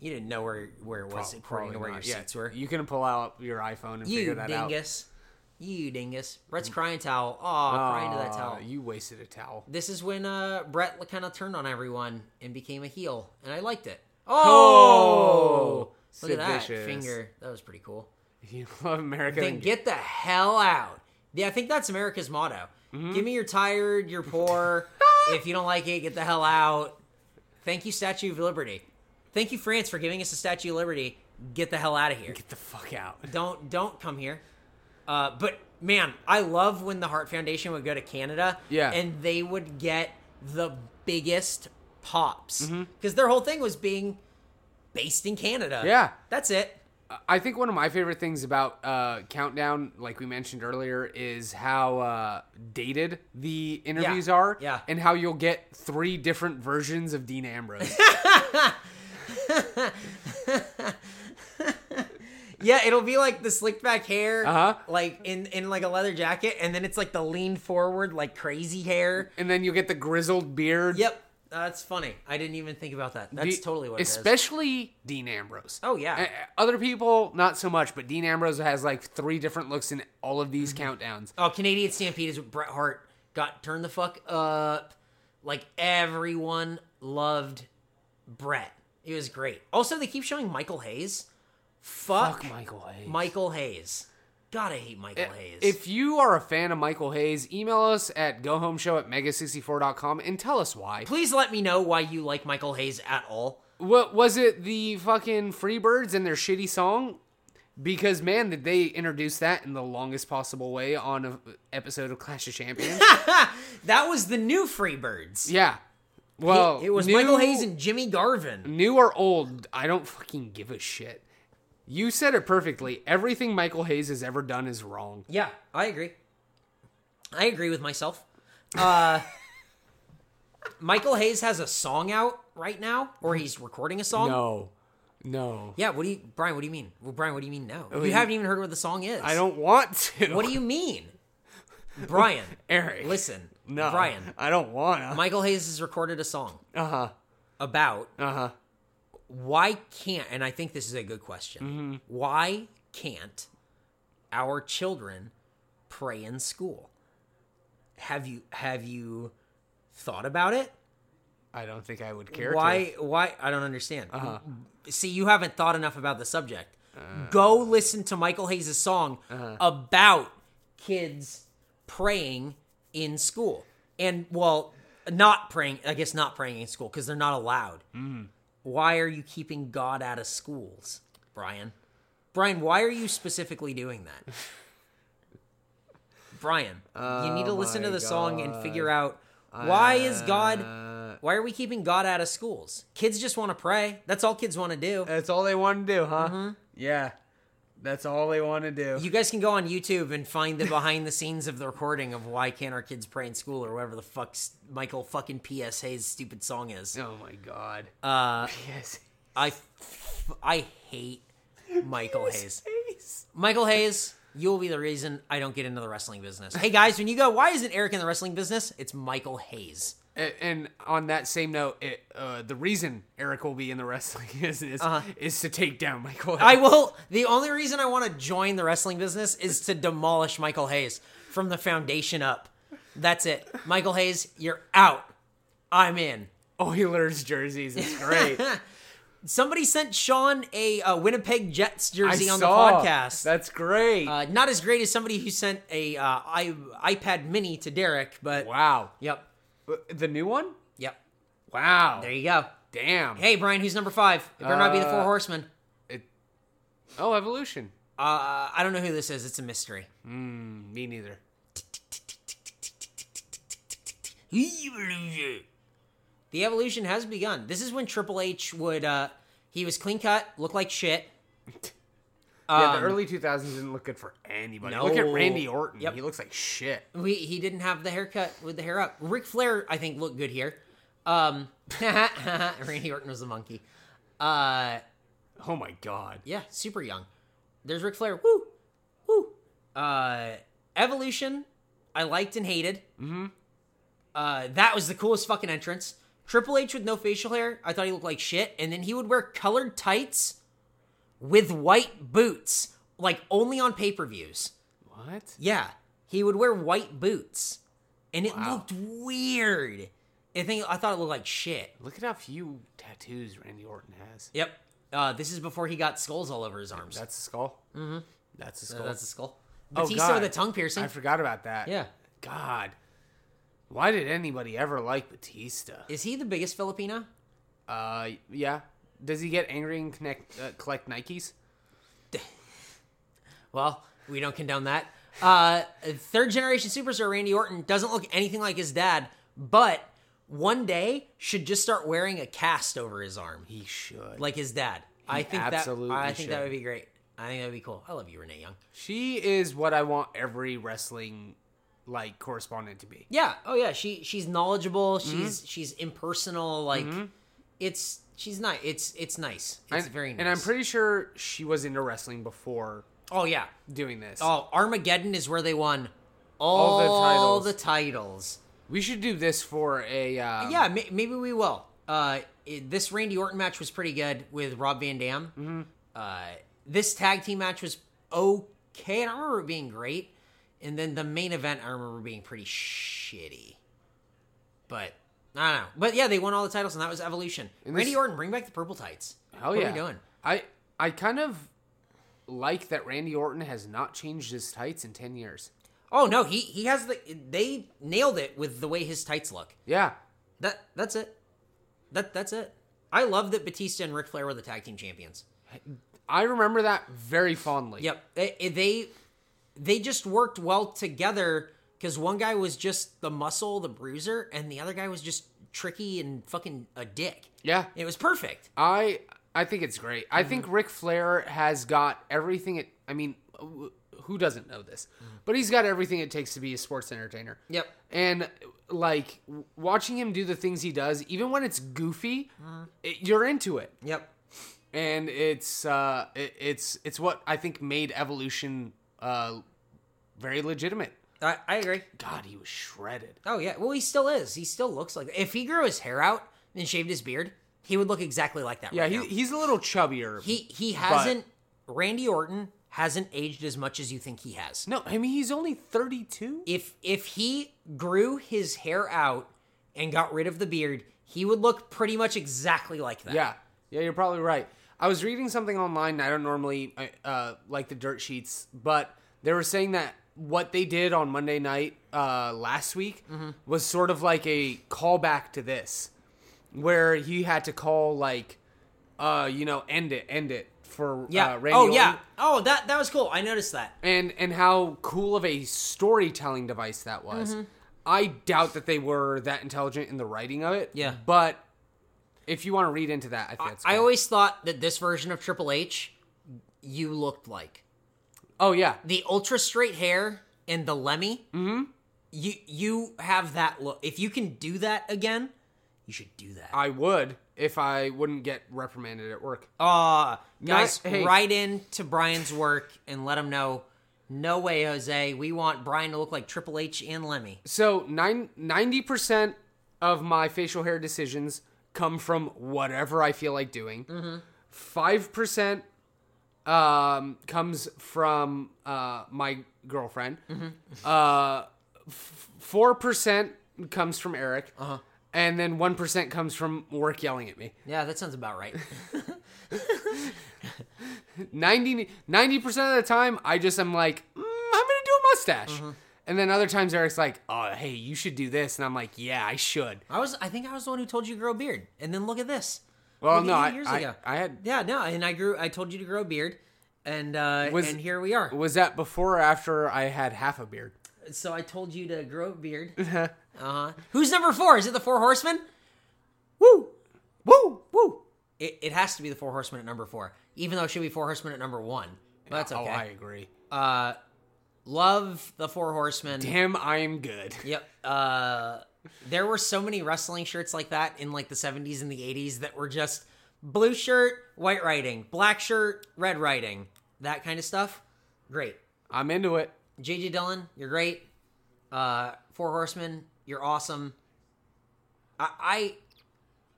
Speaker 2: You didn't know where where it was according
Speaker 1: Mm. Probably
Speaker 2: to where
Speaker 1: not.
Speaker 2: your
Speaker 1: Oh, Yeah,
Speaker 2: seats were.
Speaker 1: You can pull out your iPhone and
Speaker 2: You
Speaker 1: figure that out. Mm.
Speaker 2: dingus. You dingus. Brett's crying towel. Aw, crying to that
Speaker 1: Aw,
Speaker 2: towel.
Speaker 1: You wasted a towel.
Speaker 2: This is when uh, Brett kind of turned on everyone and became a heel, and I liked it.
Speaker 1: Oh!
Speaker 2: Oh, look
Speaker 1: Sid
Speaker 2: at that
Speaker 1: Vicious.
Speaker 2: finger. That was pretty cool.
Speaker 1: [laughs] You love America.
Speaker 2: Then
Speaker 1: then
Speaker 2: get the hell out. Yeah, I think that's America's motto.
Speaker 1: Mm-hmm.
Speaker 2: Give me your tired,
Speaker 1: [laughs]
Speaker 2: you're poor. if you don't like it, get the hell out. Thank you, Statue of Liberty. Thank you, France, for giving us the Statue of Liberty. Get the hell out of here.
Speaker 1: get the fuck out.
Speaker 2: Don't don't come here. Uh, but man, I love when the Hart Foundation would go to Canada.
Speaker 1: Yeah.
Speaker 2: and they would get the biggest pops
Speaker 1: Mm-hmm.
Speaker 2: because their whole thing was being based in Canada.
Speaker 1: Yeah.
Speaker 2: that's it.
Speaker 1: Uh, I think one of my favorite things about uh, Countdown, like we mentioned earlier, is how uh, dated the interviews
Speaker 2: Yeah.
Speaker 1: are,
Speaker 2: Yeah.
Speaker 1: and how you'll get three different versions of Dean [laughs] Ambrose.
Speaker 2: Yeah, it'll be like the slicked back hair,
Speaker 1: Uh-huh.
Speaker 2: like in in like a leather jacket, and then it's like the lean forward, like crazy hair.
Speaker 1: and then you'll get the grizzled beard.
Speaker 2: Yep, that's funny. I didn't even think about that. That's
Speaker 1: The-
Speaker 2: totally what. it is.
Speaker 1: Especially Dean Ambrose.
Speaker 2: Oh, yeah.
Speaker 1: Uh, uh, Other people, not so much, but Dean Ambrose has like three different looks in all of these countdowns.
Speaker 2: Oh, Canadian Stampede is what Bret Hart got turned the fuck up. Like everyone loved Bret. It was great. Also, they keep showing Michael Hayes. Fuck,
Speaker 1: Fuck Michael Hayes. Eh,
Speaker 2: Michael Hayes. Gotta hate Michael Hayes.
Speaker 1: If you are a fan of Michael Hayes, email us at gohomeshow at mega64.com and tell us why.
Speaker 2: Please let me know why you like Michael Hayes at all.
Speaker 1: What was it? The fucking Freebirds and their shitty song? Because man, did they introduce that in the longest possible way on an episode of Clash of
Speaker 2: [laughs]
Speaker 1: Champions?
Speaker 2: That was the new Freebirds.
Speaker 1: yeah. Well,
Speaker 2: it was
Speaker 1: Oh, new- Mm.
Speaker 2: Michael Hayes and Jimmy Garvin.
Speaker 1: new or old. I don't fucking give a shit. You said it perfectly. Everything Michael Hayes has ever done is wrong.
Speaker 2: Yeah, I agree. I agree
Speaker 1: [laughs]
Speaker 2: with myself. Uh, Michael Hayes has a song out right now, or he's recording a song.
Speaker 1: No, no.
Speaker 2: Yeah, what do you, Brian? What do you mean? Well, Brian, what do you mean? No, you haven't even heard what the song is.
Speaker 1: Oh, I don't want to.
Speaker 2: What do you mean,
Speaker 1: [laughs]
Speaker 2: Brian?
Speaker 1: Eric?
Speaker 2: Listen,
Speaker 1: no,
Speaker 2: Brian.
Speaker 1: I don't wanna.
Speaker 2: Michael Hayes has recorded a song
Speaker 1: uh huh.
Speaker 2: about
Speaker 1: Uh huh.
Speaker 2: why can't, and I think this is a good question. Why can't our children pray in school? Have you have you thought about it?
Speaker 1: I don't think I would care. To.
Speaker 2: Why? Why? I don't understand. See, you haven't thought enough about the subject. Go listen to Michael Hayes' song about kids praying in school, and well, not praying. I guess not praying in school because they're not allowed. Why are you keeping God out of schools, Brian? Brian, why are you specifically doing that? Brian, you need to listen to
Speaker 1: my
Speaker 2: the song and figure out why is God why are we keeping God out of schools? Kids just want to pray. That's all kids want to do.
Speaker 1: That's all they want to do, huh? Yeah. That's all they want to do.
Speaker 2: Mm-hmm. You guys can go on YouTube and find the behind the scenes of the recording of why can't our kids pray in school or whatever the fuck Michael fucking P.S. Hayes stupid song is.
Speaker 1: oh my god.
Speaker 2: Uh,
Speaker 1: [laughs] yes.
Speaker 2: I f- I hate Michael Hayes. Michael Hayes, you will be the reason I don't get into the wrestling business. Hey guys, when you go, why isn't Eric in the wrestling business? It's Michael Hayes.
Speaker 1: A- And on that same note, it, uh, the reason Eric will be in the wrestling [laughs] is is, is to take down Michael. [laughs]
Speaker 2: Uh-huh. I will. The only reason I want to join the wrestling business is to demolish Michael Hayes from the foundation up. That's it. Michael Hayes, you're out. I'm in.
Speaker 1: Oilers jerseys. It's
Speaker 2: [laughs]
Speaker 1: great.
Speaker 2: Somebody sent Sean a uh, Winnipeg Jets
Speaker 1: I
Speaker 2: jersey on
Speaker 1: saw.
Speaker 2: the podcast.
Speaker 1: That's great.
Speaker 2: uh, not as great as somebody who sent a uh, I, iPad Mini to Derek, but
Speaker 1: wow. Uh,
Speaker 2: yep,
Speaker 1: The new one?
Speaker 2: yep.
Speaker 1: Wow.
Speaker 2: There you go.
Speaker 1: Damn.
Speaker 2: Hey Brian, who's number five? It better not be the Four
Speaker 1: Uh,
Speaker 2: Horsemen.
Speaker 1: Oh, Evolution.
Speaker 2: Uh, I don't know who this is. It's a mystery.
Speaker 1: Me neither.
Speaker 2: The evolution has begun. This is when Triple H would uh he was clean cut, looked like shit.
Speaker 1: Yeah, the
Speaker 2: Um,
Speaker 1: early 2000s didn't look good for anybody.
Speaker 2: No.
Speaker 1: Look at Randy Orton.
Speaker 2: Yep.
Speaker 1: He looks like shit.
Speaker 2: We he didn't have the haircut with the hair up. Ric Flair, I think, looked good here. Um [laughs] Randy Orton was a monkey. Uh
Speaker 1: Oh my god.
Speaker 2: yeah, super young. There's Ric Flair. Woo! Woo! Uh Evolution, I liked and hated. Mm-hmm. Uh that was the coolest fucking entrance. Triple H with no facial hair, I thought he looked like shit. And then he would wear colored tights with white boots, like only on pay-per-views.
Speaker 1: What?
Speaker 2: Yeah, he would wear white boots, and it looked weird. I think I thought it looked like shit.
Speaker 1: Look at how few tattoos Randy Orton has.
Speaker 2: Yep. Uh, this is before he got skulls all over his arms.
Speaker 1: That's a skull. Mm-hmm. That's a
Speaker 2: Uh,
Speaker 1: skull.
Speaker 2: that's a skull.
Speaker 1: Oh,
Speaker 2: Batista
Speaker 1: God.
Speaker 2: with a tongue piercing.
Speaker 1: I forgot about that.
Speaker 2: Yeah.
Speaker 1: God. Why did anybody ever like Batista?
Speaker 2: Is he the biggest Filipino?
Speaker 1: Uh, yeah. Does he get angry and connect uh, collect Nikes?
Speaker 2: Well, we don't condone that. Uh, third generation superstar Randy Orton doesn't look anything like his dad, but one day should just start wearing a cast over his arm.
Speaker 1: He should.
Speaker 2: like his dad. I think
Speaker 1: absolutely
Speaker 2: that I think that
Speaker 1: should.
Speaker 2: would be great. I think that would be cool. I love you, Renee Young.
Speaker 1: she is what I want every wrestling like correspondent to be.
Speaker 2: Yeah. Oh yeah. She she's knowledgeable.
Speaker 1: Mm-hmm.
Speaker 2: She's she's impersonal. Like it's she's nice. It's it's nice. It's
Speaker 1: and,
Speaker 2: very nice.
Speaker 1: And I'm pretty sure she was into wrestling before
Speaker 2: Oh yeah.
Speaker 1: doing this.
Speaker 2: Oh Armageddon is where they won
Speaker 1: All
Speaker 2: all,
Speaker 1: the titles.
Speaker 2: the titles.
Speaker 1: We should do this for a um,
Speaker 2: yeah. May, maybe we will. Uh, it, this Randy Orton match was pretty good with Rob Van Dam.
Speaker 1: Mm-hmm.
Speaker 2: Uh, this tag team match was okay. I don't remember it being great. And then the main event I remember being pretty shitty. But I don't know. But yeah, they won all the titles, and that was Evolution.
Speaker 1: And
Speaker 2: Randy
Speaker 1: this-
Speaker 2: Orton, bring back the purple tights.
Speaker 1: Hell
Speaker 2: what
Speaker 1: yeah.
Speaker 2: are we doing?
Speaker 1: I I kind of like that Randy Orton has not changed his tights in ten years.
Speaker 2: Oh no, he he has the they nailed it with the way his tights look.
Speaker 1: Yeah.
Speaker 2: That that's it. That that's it. I love that Batista and Ric Flair were the tag team champions.
Speaker 1: I remember that very fondly.
Speaker 2: Yep. They Eh, they, they just worked well together because one guy was just the muscle, the bruiser, and the other guy was just tricky and fucking a dick.
Speaker 1: Yeah.
Speaker 2: It was perfect.
Speaker 1: I I think it's great. I
Speaker 2: Mm-hmm.
Speaker 1: think Ric Flair has got everything it I mean w- who doesn't know this? But he's got everything it takes to be a sports entertainer.
Speaker 2: Mm-hmm. Yep.
Speaker 1: And like w- watching him do the things he does, even when it's goofy,
Speaker 2: Mm-hmm.
Speaker 1: it, you're into it.
Speaker 2: Yep.
Speaker 1: and it's uh it, it's it's what i think made evolution uh very legitimate
Speaker 2: I, I agree.
Speaker 1: god he was shredded
Speaker 2: Oh yeah. Well, he still is. He still looks like. If he grew his hair out and shaved his beard, he would look exactly like that.
Speaker 1: yeah
Speaker 2: right
Speaker 1: he,
Speaker 2: now.
Speaker 1: he's a little chubbier
Speaker 2: he he hasn't. Randy Orton hasn't aged as much as you think he has.
Speaker 1: no i mean he's only 32
Speaker 2: if if he grew his hair out and got rid of the beard, he would look pretty much exactly like that.
Speaker 1: yeah uh, yeah you're probably right i was reading something online i don't normally uh, uh like the dirt sheets but they were saying that what they did on monday night uh last week
Speaker 2: Mm-hmm.
Speaker 1: was sort of like a callback to this where he had to call like uh you know end it end it for
Speaker 2: Yeah.
Speaker 1: uh, Randy
Speaker 2: oh
Speaker 1: Orton.
Speaker 2: yeah. Oh that that was cool. I noticed that.
Speaker 1: and and how cool of a storytelling device that was.
Speaker 2: Mm-hmm.
Speaker 1: I doubt that they were that intelligent in the writing of it.
Speaker 2: Yeah.
Speaker 1: but if you want to read into that, I think that's
Speaker 2: I
Speaker 1: cool.
Speaker 2: always thought that this version of Triple H you looked like.
Speaker 1: oh yeah,
Speaker 2: The ultra straight hair and the Lemmy. Mm-hmm. You you have that look. If you can do that again, you should do that.
Speaker 1: I would if I wouldn't get reprimanded at work.
Speaker 2: Uh guys,
Speaker 1: hey.
Speaker 2: write in to Brian's work and let him know. No way, Jose. We want Brian to look like Triple H and Lemmy.
Speaker 1: So nine ninety percent of my facial hair decisions come from whatever I feel like doing. 5 percent um, comes from uh, my girlfriend. Uh, Four percent comes from Eric, and then one percent comes from work yelling at me.
Speaker 2: Yeah, that sounds about right.
Speaker 1: 90 percent of the time, I just am like, mm, I'm gonna do a mustache.
Speaker 2: Mm-hmm.
Speaker 1: And then other times, Eric's like, "Oh, hey, you should do this," and I'm like, "Yeah, I should."
Speaker 2: I was, I think I was the one who told you to grow a beard, and then look at this.
Speaker 1: Well,
Speaker 2: Look at
Speaker 1: no,
Speaker 2: you
Speaker 1: I,
Speaker 2: years
Speaker 1: I,
Speaker 2: ago.
Speaker 1: I had.
Speaker 2: Yeah, no, and I grew. I told you to grow a beard, and uh,
Speaker 1: Was-
Speaker 2: and here we are.
Speaker 1: Was that before or after I had half a beard?
Speaker 2: So I told you to grow
Speaker 1: [laughs]
Speaker 2: a beard.
Speaker 1: Uh-huh.
Speaker 2: uh huh. Who's number four? Is it the Four Horsemen? Woo, woo,
Speaker 1: Oh,
Speaker 2: woo! It, it has to be the Four Horsemen at number four, even though it should be Four Horsemen at number one. But that's
Speaker 1: Oh, I
Speaker 2: okay.
Speaker 1: agree.
Speaker 2: Uh, love the Four Horsemen.
Speaker 1: Damn, I am good.
Speaker 2: Yep. Uh, there were so many wrestling shirts like that in like the 70s and the 80s that were just blue shirt, white writing, black shirt, red writing, that kind of stuff. Great.
Speaker 1: I'm into it.
Speaker 2: JJ Dillon, you're great. Uh, Four Horsemen, you're awesome. I,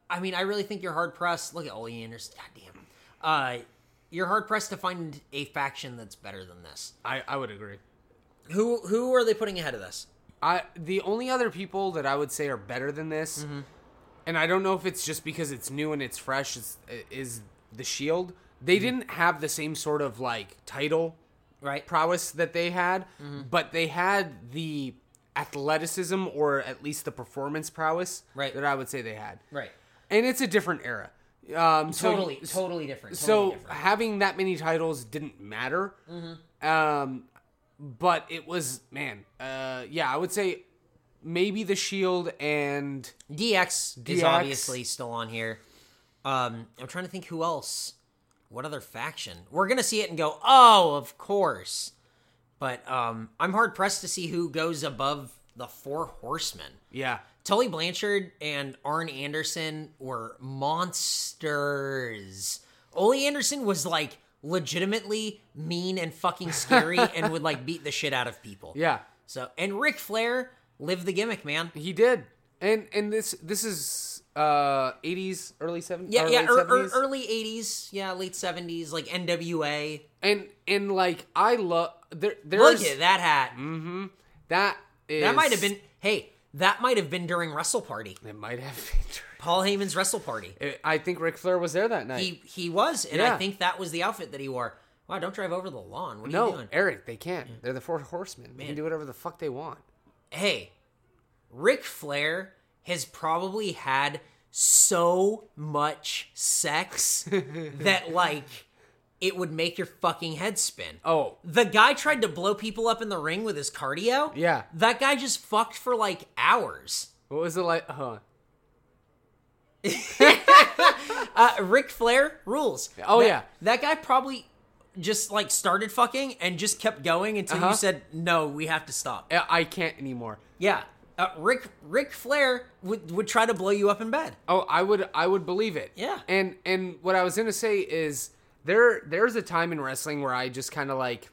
Speaker 2: I, I mean, I really think you're hard pressed. Look at Ole Anderson. Goddamn. Uh, you're hard pressed to find a faction that's better than this.
Speaker 1: I, I would agree.
Speaker 2: Who who are they putting ahead of this?
Speaker 1: I the only other people that I would say are better than this,
Speaker 2: Mm-hmm.
Speaker 1: and I don't know if it's just because it's new and it's fresh, is, is the Shield. They
Speaker 2: Mm-hmm.
Speaker 1: didn't have the same sort of like title
Speaker 2: Right.
Speaker 1: prowess that they had,
Speaker 2: Mm-hmm.
Speaker 1: but they had the athleticism or at least the performance prowess
Speaker 2: Right.
Speaker 1: that I would say they had.
Speaker 2: Right.
Speaker 1: And it's a different era. Um, so-
Speaker 2: Totally. totally different. Totally
Speaker 1: so
Speaker 2: different. Mm-hmm.
Speaker 1: having that many titles didn't matter. Um, but it was man, uh, yeah, I would say maybe the Shield and
Speaker 2: DX, is
Speaker 1: DX.
Speaker 2: obviously still on here. Um, I'm trying to think who else. What other faction? We're gonna see it and go, oh, of course. But um, I'm hard pressed to see who goes above the Four Horsemen.
Speaker 1: yeah,
Speaker 2: Tully Blanchard and Arn Anderson were monsters. Ole Anderson was like legitimately mean and fucking [laughs] scary and would like beat the shit out of people.
Speaker 1: yeah,
Speaker 2: So and Ric Flair lived the gimmick, man.
Speaker 1: he did. And and this this is uh 80s, early 70s.
Speaker 2: Yeah,
Speaker 1: or
Speaker 2: yeah,
Speaker 1: late
Speaker 2: er, er-
Speaker 1: 70s.
Speaker 2: early '80s, yeah, late '70s, like NWA.
Speaker 1: and and like I love there
Speaker 2: Look
Speaker 1: there's
Speaker 2: at that hat.
Speaker 1: that is
Speaker 2: That might have been. Hey, that might have been during Wrestle Party.
Speaker 1: it might have been. [laughs]
Speaker 2: Paul Heyman's Wrestle Party.
Speaker 1: I think Ric Flair was there that night.
Speaker 2: He he was, and I
Speaker 1: Yeah.
Speaker 2: think that was the outfit that he wore. Wow, don't drive over the lawn. What are you
Speaker 1: no,
Speaker 2: doing?
Speaker 1: Eric, they can't. They're the four horsemen. They can do whatever the fuck they want.
Speaker 2: Hey, Ric Flair has probably had so much
Speaker 1: [laughs]
Speaker 2: sex that like it would make your fucking head spin.
Speaker 1: Oh,
Speaker 2: The guy tried to blow people up in the ring with his cardio.
Speaker 1: Yeah.
Speaker 2: That guy just fucked for like hours.
Speaker 1: what was it like? Huh.
Speaker 2: Uh, Ric Flair rules.
Speaker 1: Oh,
Speaker 2: That-
Speaker 1: yeah.
Speaker 2: That guy probably just like started fucking and just kept going until you
Speaker 1: Uh-huh.
Speaker 2: said, no, we have to stop.
Speaker 1: I I can't anymore.
Speaker 2: Yeah. Uh, Rick Ric Flair would, would try to blow you up in bed.
Speaker 1: Oh, I would I would believe it.
Speaker 2: Yeah.
Speaker 1: And and what I was gonna say is there there's a time in wrestling where I just kind of like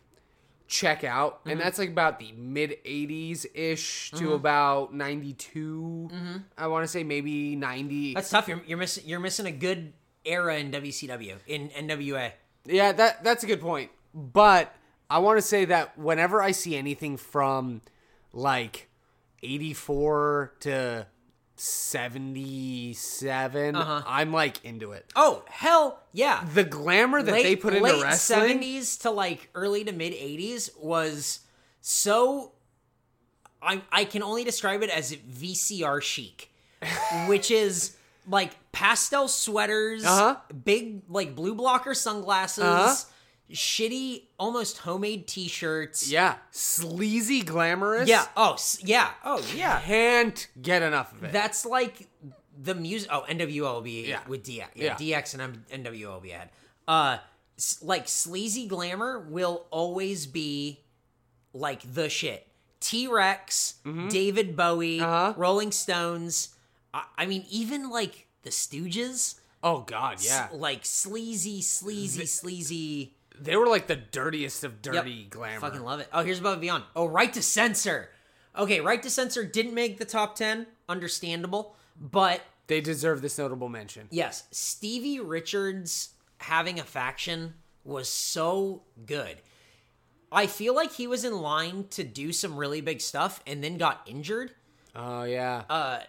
Speaker 1: check out, and that's like about the mid '80s ish to about '92. I want to say maybe '90.
Speaker 2: That's tough. You're, you're missing you're missing a good era in WCW in NWA.
Speaker 1: Yeah, that that's a good point. But I want to say that whenever I see anything from like 84 to 77, I'm like into it.
Speaker 2: Oh hell yeah!
Speaker 1: The glamour that they put into wrestling.
Speaker 2: 70s to like early to mid 80s was so I I can only describe it as
Speaker 1: [laughs]
Speaker 2: VCR chic, which is like pastel sweaters,
Speaker 1: Uh-huh.
Speaker 2: big like blue blocker sunglasses,
Speaker 1: Uh-huh.
Speaker 2: shitty almost homemade t-shirts.
Speaker 1: Yeah, sleazy, glamorous.
Speaker 2: Yeah. Oh, s- yeah. Oh, yeah.
Speaker 1: Can't get enough of it.
Speaker 2: That's like the music. Oh, NWO will be
Speaker 1: Yeah.
Speaker 2: with DX.
Speaker 1: Yeah.
Speaker 2: Yeah, DX and M- NWO will be ahead. Uh, s- like sleazy glamour will always be like the shit. T Rex, David Bowie,
Speaker 1: Mm-hmm. Uh-huh.
Speaker 2: Rolling Stones. I, I mean, even like the Stooges.
Speaker 1: oh god,
Speaker 2: S-
Speaker 1: yeah.
Speaker 2: Like sleazy, sleazy, sleazy.
Speaker 1: They were like the dirtiest of dirty
Speaker 2: Yep.
Speaker 1: glamour.
Speaker 2: Fucking love it. Oh, here's above and beyond. Oh, right to censor. Okay, Right to Censor didn't make the top 10, understandable, but
Speaker 1: They deserve this notable mention.
Speaker 2: yes, Stevie Richards having a faction was so good. I feel like he was in line to do some really big stuff and then got injured.
Speaker 1: Oh yeah.
Speaker 2: Uh,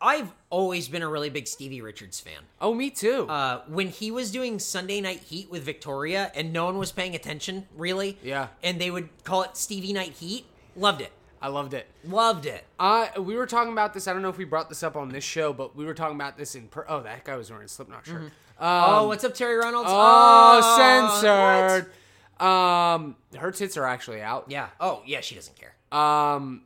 Speaker 2: I've always been a really big Stevie Richards fan.
Speaker 1: oh, me too.
Speaker 2: Uh, when he was doing Sunday Night Heat with Victoria and no one was paying attention, really.
Speaker 1: Yeah.
Speaker 2: And they would call it Stevie Night Heat. Loved it.
Speaker 1: I loved it.
Speaker 2: Loved it.
Speaker 1: Uh, we were talking about this. I don't know if we brought this up on this show, but we were talking about this in. Per- oh, that guy was wearing a Slipknot shirt. Uh,
Speaker 2: oh, what's up, Terry Reynolds?
Speaker 1: Oh,
Speaker 2: what?
Speaker 1: censored. Um, her tits are actually out.
Speaker 2: Yeah. Oh, yeah, she doesn't care.
Speaker 1: Um,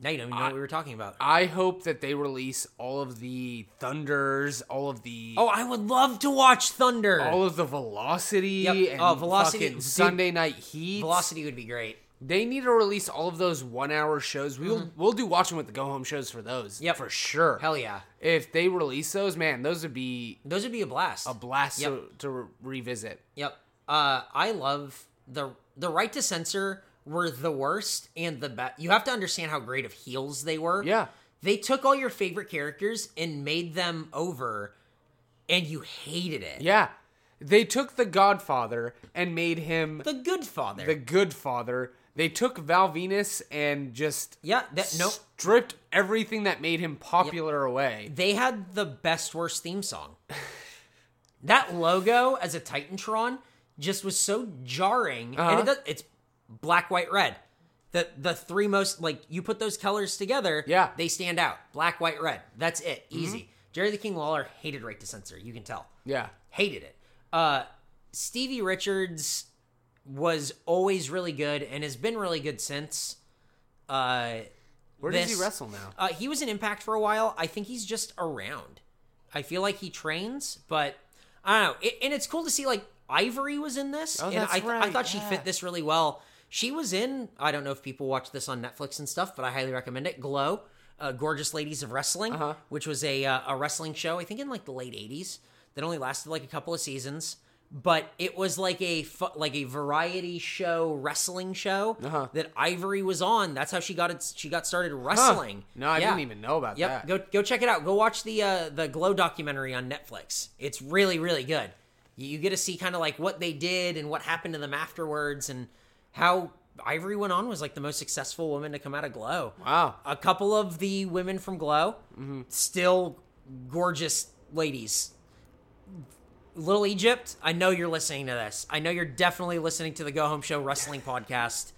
Speaker 2: Now you don't even know what we were talking about.
Speaker 1: I hope that they release all of the thunders, all of the,
Speaker 2: oh, I would love to watch Thunder.
Speaker 1: all of the velocity
Speaker 2: Yep.
Speaker 1: and
Speaker 2: Oh, Velocity-
Speaker 1: fucking
Speaker 2: dude.
Speaker 1: Sunday Night Heat.
Speaker 2: Velocity would be great.
Speaker 1: They need to release all of those one-hour shows. We'll we'll do watching with the go home shows for those.
Speaker 2: Mm-hmm. Yep.
Speaker 1: for sure.
Speaker 2: Hell yeah.
Speaker 1: If they release those, man, those would be
Speaker 2: Those would be a blast.
Speaker 1: a blast
Speaker 2: Yep.
Speaker 1: to, to re- revisit.
Speaker 2: Yep. Uh, I love the the right to censor were the worst and the best. You have to understand how great of heels they were.
Speaker 1: Yeah.
Speaker 2: They took all your favorite characters and made them over, and you hated it.
Speaker 1: Yeah. They took the Godfather and made him
Speaker 2: The Good Father.
Speaker 1: the good father. They took Val Venus and just
Speaker 2: yeah. That no.
Speaker 1: stripped everything that made him popular away.
Speaker 2: They had the best worst theme song. that logo as a Titantron just was so jarring, and it does, it's black, white, red. The the three most like you put those colors together,
Speaker 1: Yeah.
Speaker 2: they stand out. Black, white, red. That's it. Easy. Jerry the King Lawler hated right to censor. You can tell,
Speaker 1: Yeah.
Speaker 2: hated it. Uh, Stevie Richards was always really good and has been really good since. Uh,
Speaker 1: Where does
Speaker 2: This-
Speaker 1: he wrestle now?
Speaker 2: uh, he was in Impact for a while. I think he's just around. I feel like he trains, but I don't know. It, and it's cool to see like Ivory was in this,
Speaker 1: Oh,
Speaker 2: and
Speaker 1: that's
Speaker 2: I, th- I
Speaker 1: right,
Speaker 2: thought
Speaker 1: yeah.
Speaker 2: she fit this really well. She was in. I don't know if people watch this on Netflix and stuff, but I highly recommend it. Glow, uh, Gorgeous Ladies of Wrestling,
Speaker 1: Uh-huh.
Speaker 2: which was a uh, a wrestling show I think in like the late '80s that only lasted like a couple of seasons. But it was like a fu- like a variety show wrestling show
Speaker 1: Uh-huh.
Speaker 2: that Ivory was on. That's how she got it. She got started wrestling.
Speaker 1: No, I
Speaker 2: Yeah.
Speaker 1: didn't even know about
Speaker 2: Yep,
Speaker 1: that.
Speaker 2: go go check it out. Go watch the uh, the Glow documentary on Netflix. It's really really good. You, you get to see kind of like what they did and what happened to them afterwards, and how Ivory went on was like the most successful woman to come out of Glow.
Speaker 1: Wow. Mm-hmm.
Speaker 2: A couple of the women from Glow still gorgeous ladies. Little Egypt, I know you're listening to this. I know you're definitely listening to the Go Home Show
Speaker 1: [laughs]
Speaker 2: Wrestling podcast.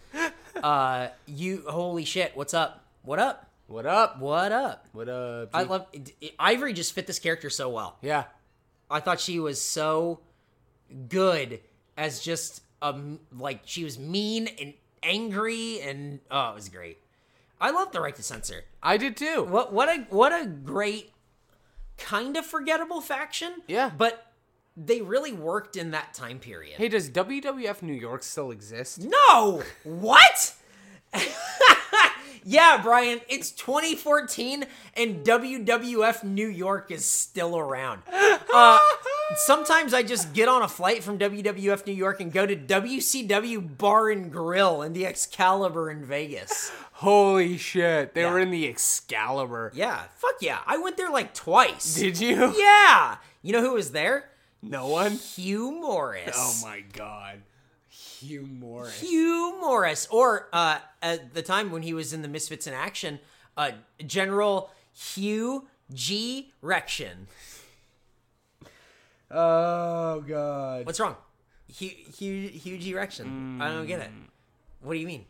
Speaker 2: Uh, you holy shit, what's up? What up?
Speaker 1: What up?
Speaker 2: What up?
Speaker 1: What up?
Speaker 2: I
Speaker 1: G?
Speaker 2: love Ivory. Just fit this character so well.
Speaker 1: yeah.
Speaker 2: I thought she was so good as just um like she was mean and angry and oh it was great. I love the right to censor.
Speaker 1: I did too.
Speaker 2: What what a what a great kind of forgettable faction.
Speaker 1: Yeah.
Speaker 2: but they really worked in that time period.
Speaker 1: hey, does WWF New York still exist?
Speaker 2: No! What? [laughs] yeah, Brian, it's 2014 and WWF New York is still around. Uh, sometimes I just get on a flight from WWF New York and go to WCW Bar and Grill in the Excalibur in Vegas.
Speaker 1: Holy shit. They
Speaker 2: Yeah.
Speaker 1: were in the Excalibur.
Speaker 2: Yeah, fuck yeah. I went there like twice.
Speaker 1: Did you?
Speaker 2: yeah. You know who was there?
Speaker 1: [laughs] No one?
Speaker 2: Hugh Morris.
Speaker 1: Oh my god. Hugh Morris.
Speaker 2: Hugh Morris, or uh, at the time when he was in the Misfits in Action, uh, General Hugh G. Rection.
Speaker 1: oh god.
Speaker 2: What's wrong? Hugh, Hugh, Hugh G. Rection. I don't get it. What do you mean?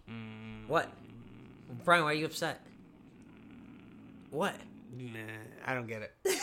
Speaker 2: What? Brian, why are you upset? What?
Speaker 1: Nah, I don't get it.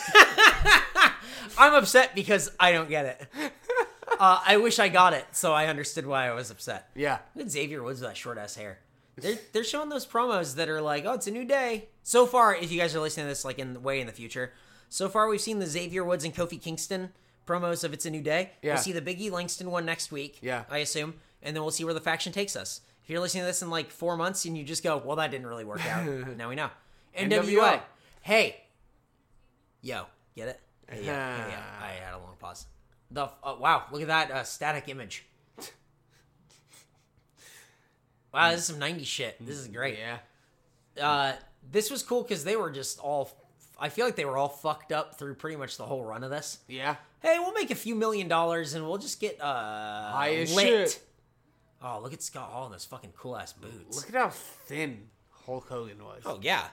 Speaker 2: I'm upset because I don't get it. [laughs] uh, I wish I got it so I understood why I was upset.
Speaker 1: Yeah.
Speaker 2: Look at Xavier Woods with that short ass hair. They're they're showing those promos that are like, oh, it's a new day. So far, if you guys are listening to this like in the way in the future, so far we've seen the Xavier Woods and Kofi Kingston promos of It's a New Day.
Speaker 1: Yeah.
Speaker 2: We'll see the Biggie Langston one next week.
Speaker 1: Yeah.
Speaker 2: I assume. And then we'll see where the faction takes us. If you're listening to this in like four months and you just go, Well, that didn't really work
Speaker 1: [laughs]
Speaker 2: out. now we know. NWO.
Speaker 1: NWO.
Speaker 2: Hey. Yo, get it? Hey, yeah, yeah,
Speaker 1: [laughs]
Speaker 2: yeah. I had a long pause. The f- oh, wow, look at that uh, static image. Wow, this is some 90s shit. This is great.
Speaker 1: Yeah.
Speaker 2: uh, this was cool because they were just all. I feel like they were all fucked up through pretty much the whole run of this.
Speaker 1: Yeah.
Speaker 2: Hey, we'll make a few million dollars and we'll just get uh
Speaker 1: High as
Speaker 2: lit.
Speaker 1: shit.
Speaker 2: Oh, look at Scott Hall in those fucking cool ass boots.
Speaker 1: Look at how thin Hulk Hogan was,
Speaker 2: Oh yeah,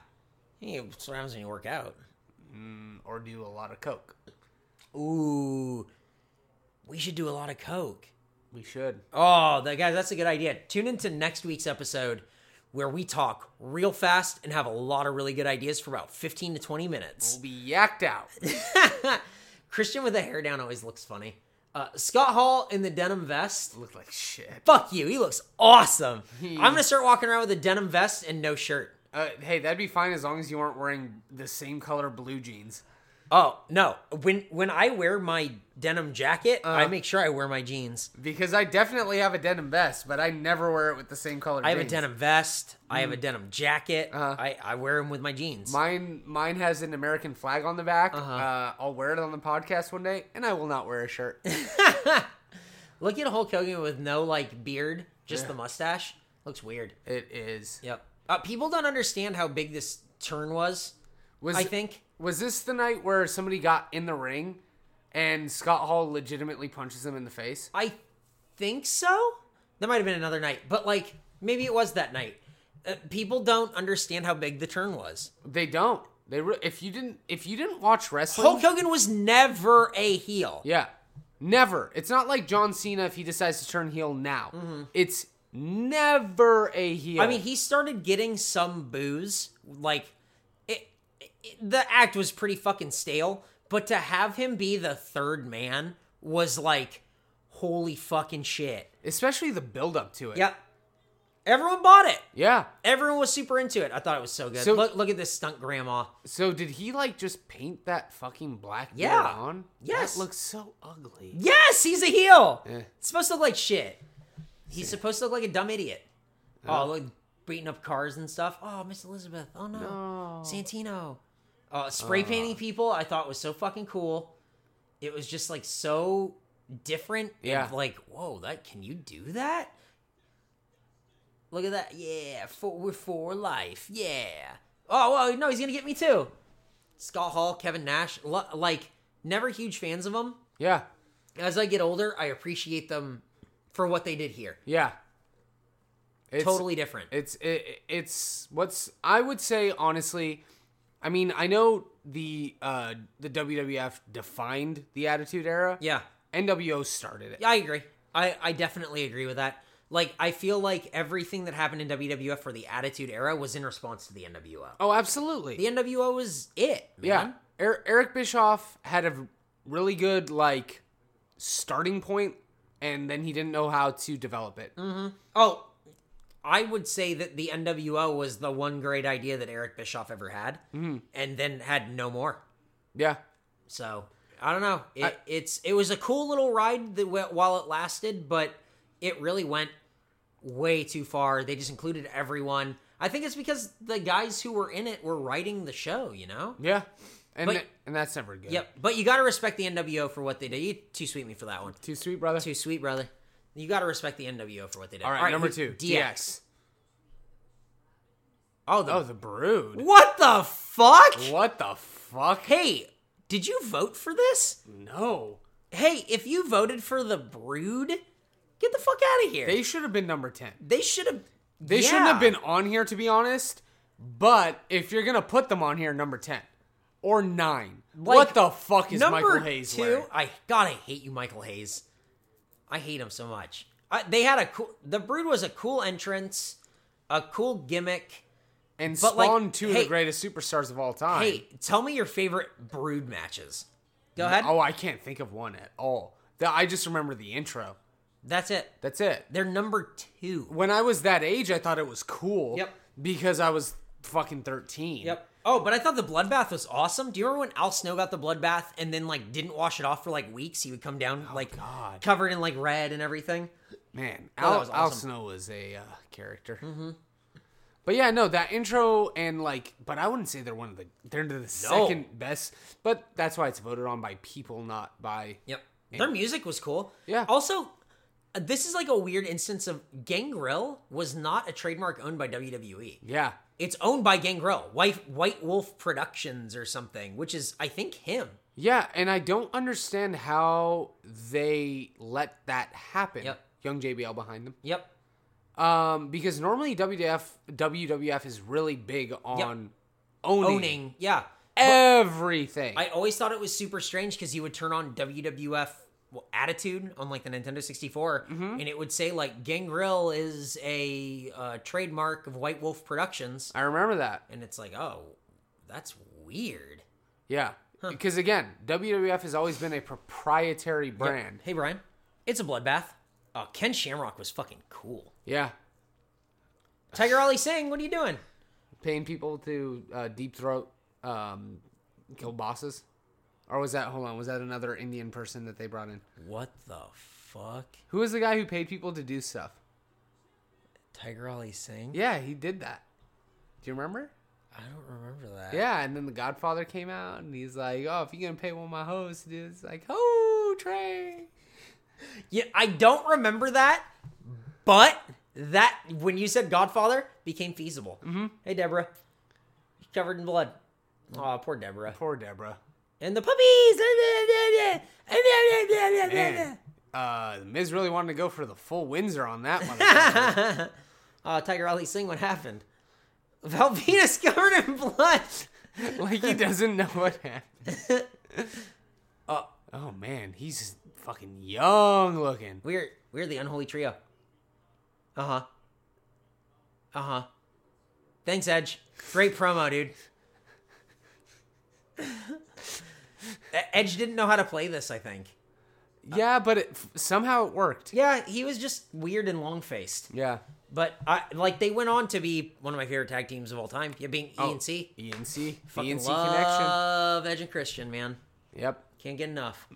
Speaker 2: he surrounds when you work out.
Speaker 1: or do a lot of coke.
Speaker 2: Ooh, we should do a lot of coke.
Speaker 1: We should.
Speaker 2: Oh, that guys, that's a good idea. Tune into next week's episode where we talk real fast and have a lot of really good ideas for about 15 to 20 minutes.
Speaker 1: We'll be yacked out.
Speaker 2: Christian with the hair down always looks funny. Uh, Scott Hall in the denim vest.
Speaker 1: Look like shit.
Speaker 2: Fuck you, he looks awesome. I'm gonna start walking around with a denim vest and no shirt.
Speaker 1: Uh, hey, that'd be fine as long as you weren't wearing the same color blue jeans.
Speaker 2: Oh no! When when I wear my denim jacket, I make sure I wear my jeans.
Speaker 1: Because I definitely have a denim vest, but I never wear it with the same color.
Speaker 2: I have a denim vest. I have a denim jacket. I, I wear them with my jeans.
Speaker 1: Mine, mine has an American flag on the back.
Speaker 2: Uh-huh.
Speaker 1: uh I'll wear it on the podcast one day, and I will not wear a
Speaker 2: [laughs]
Speaker 1: shirt.
Speaker 2: Look at Hulk Hogan with no like beard, just the mustache. Looks weird.
Speaker 1: it is.
Speaker 2: Yep. Uh, people don't understand how big this turn was.
Speaker 1: Was
Speaker 2: I think.
Speaker 1: was this the night where somebody got in the ring, and Scott Hall legitimately punches him in the face?
Speaker 2: I think so. That might have been another night, but like maybe it was that night. Uh, people don't understand how big the turn was.
Speaker 1: They don't. They re- if you didn't if you didn't watch wrestling,
Speaker 2: Hulk Hogan was never a heel.
Speaker 1: yeah, never. It's not like John Cena if he decides to turn heel now. It's never a heel.
Speaker 2: Mm-hmm. I mean, he started getting some booze. Like, it, it, the act was pretty fucking stale. But to have him be the third man was like, holy fucking shit.
Speaker 1: especially the build up to it.
Speaker 2: Yep. Everyone bought it.
Speaker 1: Yeah.
Speaker 2: Everyone was super into it. I thought it was so good.
Speaker 1: So-
Speaker 2: look, look at this stunt grandma.
Speaker 1: So did he like just paint that fucking black beard
Speaker 2: Yeah.
Speaker 1: on?
Speaker 2: Yes.
Speaker 1: That looks so ugly.
Speaker 2: Yes, he's a heel. It's supposed to look like shit. He's supposed to look like a dumb idiot. Oh, look, beating up cars and stuff. Oh, Miss Elizabeth. Oh no, Santino. Uh, spray painting people. I thought was so fucking cool. It was just like so different.
Speaker 1: Yeah.
Speaker 2: And like, whoa, that can you do that? Look at that. Yeah, for we're for life. Yeah. Oh well, no, he's gonna get me too. Scott Hall, Kevin Nash, lo- like never huge fans of them
Speaker 1: Yeah.
Speaker 2: as I get older, I appreciate them for what they did here.
Speaker 1: Yeah. It's,
Speaker 2: totally different.
Speaker 1: It's it, it's what's I would say honestly. I mean, I know the uh the WWF defined the Attitude Era.
Speaker 2: yeah.
Speaker 1: NWO started it.
Speaker 2: Yeah, I agree. I, I definitely agree with that. Like, I feel like everything that happened in WWF for the Attitude Era was in response to the NWO.
Speaker 1: Oh, absolutely.
Speaker 2: The NWO was it,
Speaker 1: yeah.
Speaker 2: man.
Speaker 1: Er- Eric Bischoff had a really good like starting point and then he didn't know how to develop it.
Speaker 2: Oh, I would say that the NWO was the one great idea that Eric Bischoff ever had,
Speaker 1: Mm-hmm.
Speaker 2: and then had no more.
Speaker 1: Yeah.
Speaker 2: So I don't know. It, it's it was a cool little ride that went while it lasted, but it really went way too far. They just included everyone. I think it's because the guys who were in it were writing the show. You know.
Speaker 1: Yeah. And
Speaker 2: But-
Speaker 1: and that's never good.
Speaker 2: Yep. But you got to respect the NWO for what they did. You too sweet me for that one.
Speaker 1: Too sweet, brother.
Speaker 2: Too sweet, brother. You got to respect the NWO for what they did.
Speaker 1: All right, number
Speaker 2: who-
Speaker 1: 2.
Speaker 2: DX.
Speaker 1: Oh, the, oh, the brood.
Speaker 2: What the fuck?
Speaker 1: What the fuck?
Speaker 2: Hey, did you vote for this?
Speaker 1: No.
Speaker 2: Hey, if you voted for the Brood, get the fuck out of here.
Speaker 1: They should have been number 10.
Speaker 2: They should have.
Speaker 1: They shouldn't have been on here, to be honest. But if you're gonna put them on here, number ten or nine, what the fuck is
Speaker 2: number
Speaker 1: Michael Hayes?
Speaker 2: two.
Speaker 1: wearing?
Speaker 2: I God, I hate you, Michael Hayes. I hate him so much. I, they had a cool. The Brood was a cool entrance, a cool gimmick.
Speaker 1: and
Speaker 2: but, like,
Speaker 1: spawned two of
Speaker 2: hey-
Speaker 1: the greatest superstars of all time.
Speaker 2: Hey, tell me your favorite Brood matches. Go ahead.
Speaker 1: Oh, I can't think of one at all. The- I just remember the intro.
Speaker 2: That's it.
Speaker 1: That's it.
Speaker 2: They're number two.
Speaker 1: When I was that age, I thought it was cool.
Speaker 2: Yep.
Speaker 1: Because I was fucking thirteen.
Speaker 2: Oh, but I thought the bloodbath was awesome. Do you remember when Al Snow got the bloodbath and then like didn't wash it off for like weeks? He would come down like
Speaker 1: Oh, God.
Speaker 2: covered in like red and everything.
Speaker 1: Man,
Speaker 2: Oh, that
Speaker 1: Al,
Speaker 2: was
Speaker 1: Al
Speaker 2: awesome. Mm-hmm.
Speaker 1: Snow was a uh, character. But yeah, no, that intro and like, but I wouldn't say they're one of the they're the second best. But that's why it's voted on by people, not by
Speaker 2: Yep. Their music was cool.
Speaker 1: Yeah.
Speaker 2: Also, uh, this is like a weird instance of Gangrel was not a trademark owned by WWE.
Speaker 1: yeah.
Speaker 2: It's owned by Gangrel, White White Wolf Productions or something, which is I think him.
Speaker 1: Yeah, and I don't understand how they let that happen.
Speaker 2: Yep.
Speaker 1: Young JBL behind them.
Speaker 2: Yep.
Speaker 1: Um, because normally WWF WWF is really big on owning,
Speaker 2: Owning. Yeah.
Speaker 1: everything.
Speaker 2: I always thought it was super strange because he would turn on WWF well, Attitude on like the Nintendo 64, and it would say like Gangrel is a uh, trademark of White Wolf Productions,
Speaker 1: I remember that.
Speaker 2: and it's like, oh, that's weird.
Speaker 1: Yeah. Because again, WWF has always been a proprietary
Speaker 2: Yep.
Speaker 1: brand.
Speaker 2: Hey Brian, it's a bloodbath. Oh, Ken Shamrock was fucking cool.
Speaker 1: Yeah.
Speaker 2: Tiger Ali Singh, what are you doing?
Speaker 1: Paying people to uh, deep throat um, kill bosses. Or was that, hold on, was that another Indian person that they brought in?
Speaker 2: What the fuck?
Speaker 1: Who was the guy who paid people to do stuff?
Speaker 2: Tiger Ali Singh?
Speaker 1: Yeah, he did that. Do you remember?
Speaker 2: I don't remember that.
Speaker 1: Yeah, and then the Godfather came out and he's like, "Oh, if you're gonna pay one of my hoes, dude, it's like, oh, Trey."
Speaker 2: Yeah, I don't remember that, but that when you said Godfather became feasible. Mm-hmm. Hey, Deborah, she's covered in blood. Oh, poor Deborah.
Speaker 1: Poor Deborah.
Speaker 2: And the puppies.
Speaker 1: Man, uh, Miz really wanted to go for the full Windsor on that [laughs] one.
Speaker 2: Uh, Tiger Ali Singh, what happened? Valvina's [laughs] covered in blood.
Speaker 1: like he doesn't know what happened. [laughs] oh man, he's just fucking young looking.
Speaker 2: We're we're the unholy trio. Uh huh. Uh huh. Thanks, Edge. Great promo, dude. E- Edge didn't know how to play this. I think.
Speaker 1: Yeah, but it, somehow it worked.
Speaker 2: Yeah, he was just weird and long faced.
Speaker 1: Yeah.
Speaker 2: But I like they went on to be one of my favorite tag teams of all time. Yeah, being E and
Speaker 1: Oh,
Speaker 2: C.
Speaker 1: ENC,
Speaker 2: Fucking
Speaker 1: ENC connection.
Speaker 2: love Edge and Christian, man.
Speaker 1: Yep.
Speaker 2: Can't get enough.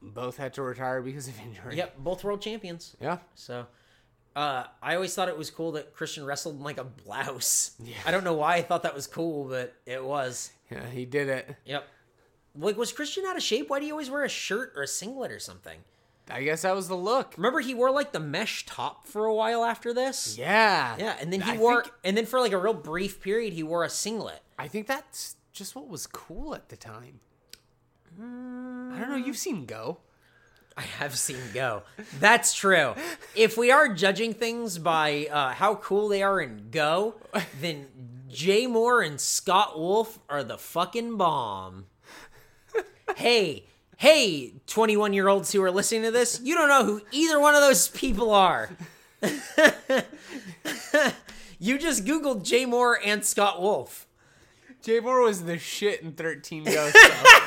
Speaker 1: Both had to retire because of injury.
Speaker 2: Yep, both world champions.
Speaker 1: Yeah.
Speaker 2: So uh, I always thought it was cool that Christian wrestled in like
Speaker 1: [laughs]
Speaker 2: a blouse. I don't know why I thought that was cool, but it was.
Speaker 1: Yeah, he did it.
Speaker 2: Yep. Like, was Christian out of shape? Why do you always wear a shirt or a singlet or something?
Speaker 1: I guess that was the look.
Speaker 2: Remember, he wore like the mesh top for a while after this.
Speaker 1: Yeah.
Speaker 2: Yeah, and then he
Speaker 1: I
Speaker 2: wore,
Speaker 1: think-
Speaker 2: and then for like a real brief period, he wore a singlet.
Speaker 1: I think that's just what was cool at the time. I don't know. You've seen Go.
Speaker 2: I have seen Go. That's true. If we are judging things by uh, how cool they are in Go, then Jay Moore and Scott Wolf are the fucking bomb. Hey, hey, 21 year olds who are listening to this, you don't know who either one of those people are. [laughs] you just Googled Jay Moore and Scott Wolf.
Speaker 1: Jay Moore was the shit in 13
Speaker 2: [laughs]
Speaker 1: Go. so-